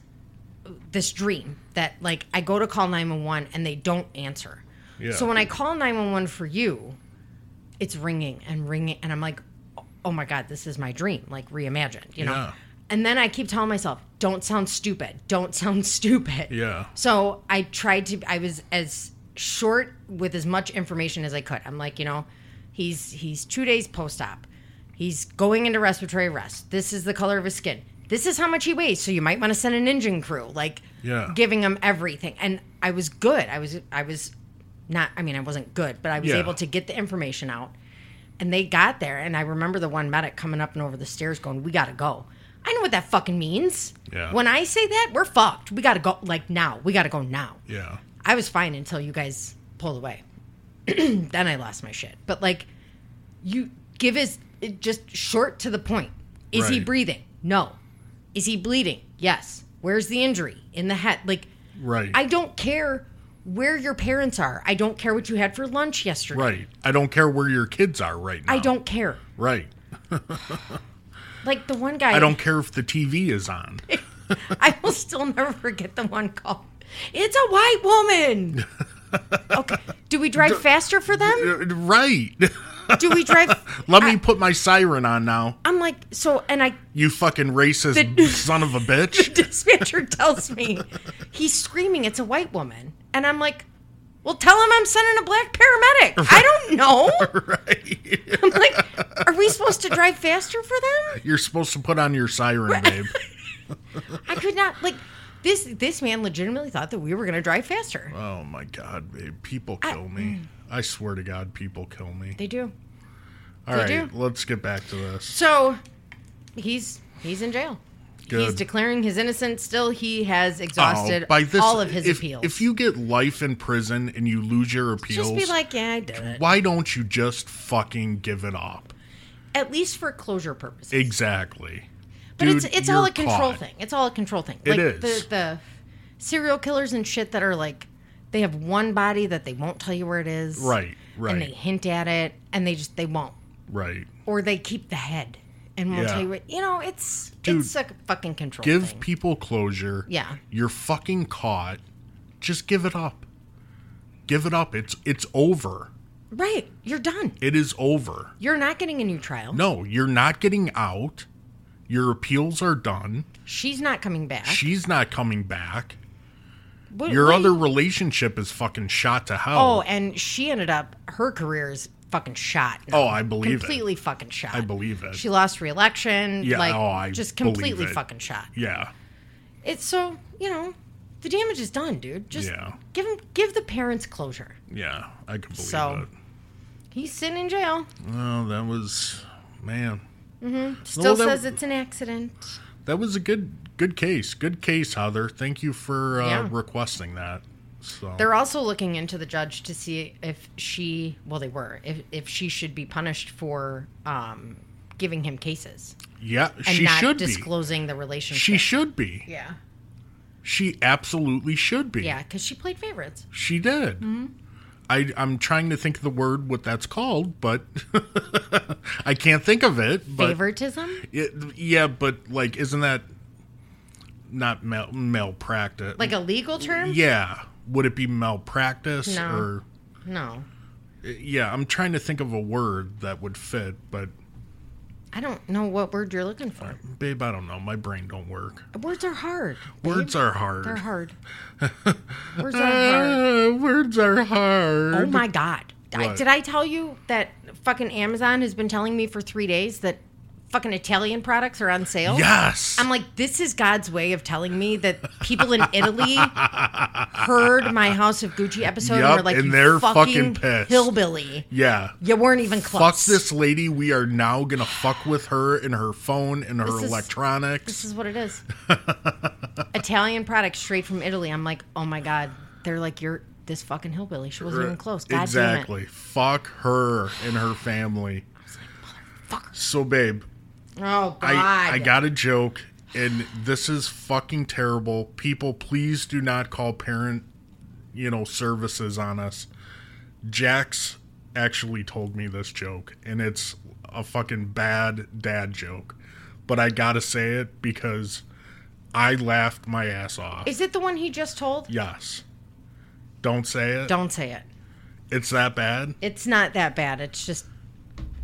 this dream that like i go to call 911 and they don't answer Yeah. so when i call 911 for you it's ringing and ringing and i'm like oh my god this is my dream like reimagined you know Yeah. and then i keep telling myself don't sound stupid don't sound stupid Yeah. so i tried to i was as short with as much information as i could i'm like you know he's he's two days post-op he's going into respiratory arrest this is the color of his skin this is how much he weighs so you might want to send an engine crew like Yeah. giving him everything and i was good i was i was not i mean i wasn't good but i was Yeah. able to get the information out and they got there and i remember the one medic coming up and over the stairs going we gotta go i know what that fucking means Yeah. when i say that we're fucked we gotta go like now we gotta go now Yeah. i was fine until you guys pulled away then i lost my shit but like you give his it just short to the point is he Right. breathing no is he bleeding yes where's the injury in the head like Right. i don't care where your parents are i don't care what you had for lunch yesterday Right. I don't care where your kids are right now. i don't care Right. Like the one guy. I don't care if the TV is on. I will still never forget the one call. It's a white woman. Okay. Do we drive faster for them? Uh, right. Do we drive? Let me put my siren on now. I'm like so, and I You fucking racist The- son of a bitch. dispatcher tells me he's screaming. It's a white woman, and I'm like, well, tell him I'm sending a black paramedic. I don't know. I'm like, are we supposed to drive faster for them? You're supposed to put on your siren, babe. I could not like. This, this man legitimately thought that we were going to drive faster. oh my god, babe. People kill me. I swear to God, people kill me. They do. All they right, do. let's get back to this. So he's he's in jail. He's Good. declaring his innocence. Still, he has Oh, exhausted all of his if, appeals. If you get life in prison and you lose your appeals, just be like, yeah, I did it. why don't you just fucking give it up? At least for closure purposes. Exactly. but it's Dude, it's all you're a control caught. thing. It's all a control thing. It like is. the the serial killers and shit that are like they have one body that they won't tell you where it is. Right, And right. they hint at it and they just they won't. Right. Or they keep the head and won't Yeah. tell you what you know, it's Dude, it's a fucking control Give thing. people closure. Yeah. You're fucking caught. Just give it up. Give it up. It's it's over. right. You're done. It is over. You're not getting a new trial. No, you're not getting out. Your appeals are done. She's not coming back. She's not coming back. What- Your what- other relationship is fucking shot to Oh, hell. and she ended up her career is fucking shot. now. Oh, I believe it. completely fucking shot. I believe it. She lost re-election. Yeah, like, oh, I just believe completely it. fucking shot. Yeah. It's so you know, the damage is done, dude. Just Yeah. give him, give the parents closure. Yeah. I can believe So- it. He's sitting in jail. Oh, that was man. Still that- says it's an accident. That was a good good case. Good case, Heather. Thank you for uh, Yeah. requesting that. So They're also looking into the judge to see if she, well, they were, if if she should be punished for um, giving him cases yeah, and she not should be. disclosing the relationship. She should be. yeah. She absolutely should be. Yeah, because she played favorites. She did. I, I'm trying to think of the word what that's called, but I can't think of it. But favoritism? It- yeah, but like, isn't that not mal- malpractice? Like a legal term? yeah, would it be malpractice No. or? No. Yeah, I'm trying to think of a word that would fit, but I don't know what word you're looking for. babe, I don't know. My brain don't work. Words are hard. Words are hard. They're hard. Words are hard. Ah, words are hard. Oh my god! I, What? did I tell you that fucking Amazon has been telling me for three days that fucking Italian products are on sale? Yes. I'm like, this is God's way of telling me that people in Italy heard my House of Gucci episode and Yup, were like, and you they're fucking, fucking pissed." hillbilly. yeah. You weren't even close. Fuck this lady. We are now gonna fuck with her and her phone and her This is- electronics. This is what it is. Italian products straight from Italy. I'm like, oh my god. They're like, you're this fucking hillbilly. She wasn't even close. God exactly. Fuck her and her family. So, babe, damn it. Oh god. I, I got a joke, and this is fucking terrible. People, please do not call parent, you know, services on us. Jax actually told me this joke, and it's a fucking bad dad joke, but I gotta say it because I laughed my ass off. Is it the one he just told? yes. Don't say it. Don't say it. It's that bad. It's not that bad. It's just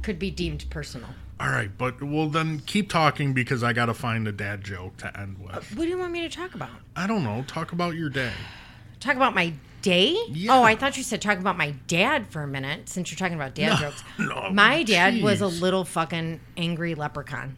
could be deemed personal. All right, but well then keep talking because I gotta find a dad joke to end with. What do you want me to talk about? I don't know. Talk about your day. Talk about my day? Oh, I thought you said talk about my dad for a minute since you're talking about dad jokes. no, my dad was a jeez. little fucking angry leprechaun.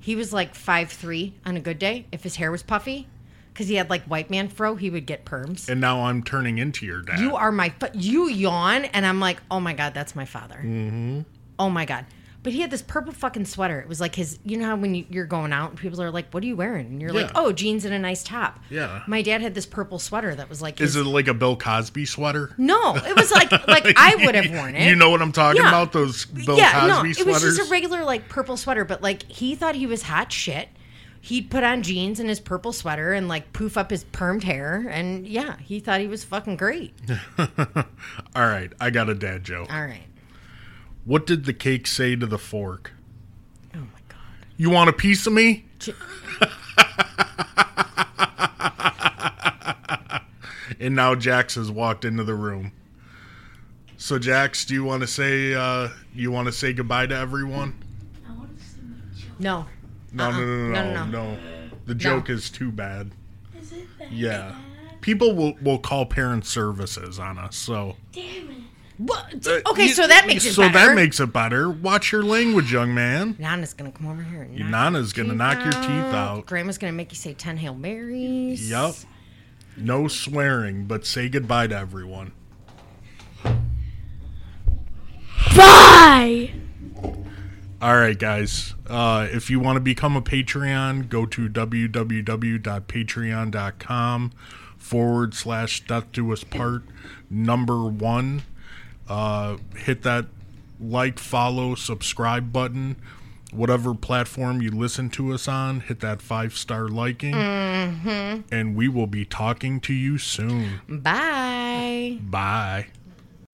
He was like five three on a good day if his hair was puffy because he had like white man fro, he would get perms. And now I'm turning into your dad. you are my fa- you yawn and i'm like oh my god that's my father mm-hmm. oh my god but he had this purple fucking sweater it was like his you know how when you, you're going out and people are like what are you wearing and you're like Yeah. oh jeans and a nice top Yeah. my dad had this purple sweater that was like Is his- it like a Bill Cosby sweater? no it was like like i would have worn it You know what I'm talking Yeah. about? Those Bill Cosby it sweaters. was just a regular like purple sweater, but like he thought he was hot shit. He'd put on jeans and his purple sweater and like poof up his permed hair, and yeah, he thought he was fucking great. All right, I got a dad joke. All right. What did the cake say to the fork? Oh my god. You want a piece of me? and now Jax has walked into the room. So Jax, do you want to say uh, you want to say goodbye to everyone? No. Uh-uh. No, no, no, no, No, no, no, no. The joke No. is too bad. Is it that Yeah. bad? People will, will call parent services on us, so Damn it. What? Okay, so that makes it Uh, so better. that makes it better. Watch your language, young man. Nana's gonna come over here. And knock Nana's gonna knock your teeth out. Grandma's gonna make you say ten hail marys. Yep. No swearing, but say goodbye to everyone. Bye! All right, guys. Uh, if you want to become a Patreon, go to www.patreon.com forward slash death do us part number one. Uh, hit that like, follow, subscribe button. Whatever platform you listen to us on, hit that five star liking. And we will be talking to you soon. Bye. Bye.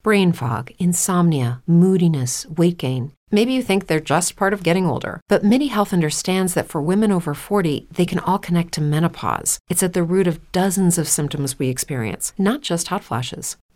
Brain fog, insomnia, moodiness, weight gain. Maybe you think they're just part of getting older, but MIDI Health understands that for women over 40, they can all connect to menopause. It's at the root of dozens of symptoms we experience, not just hot flashes.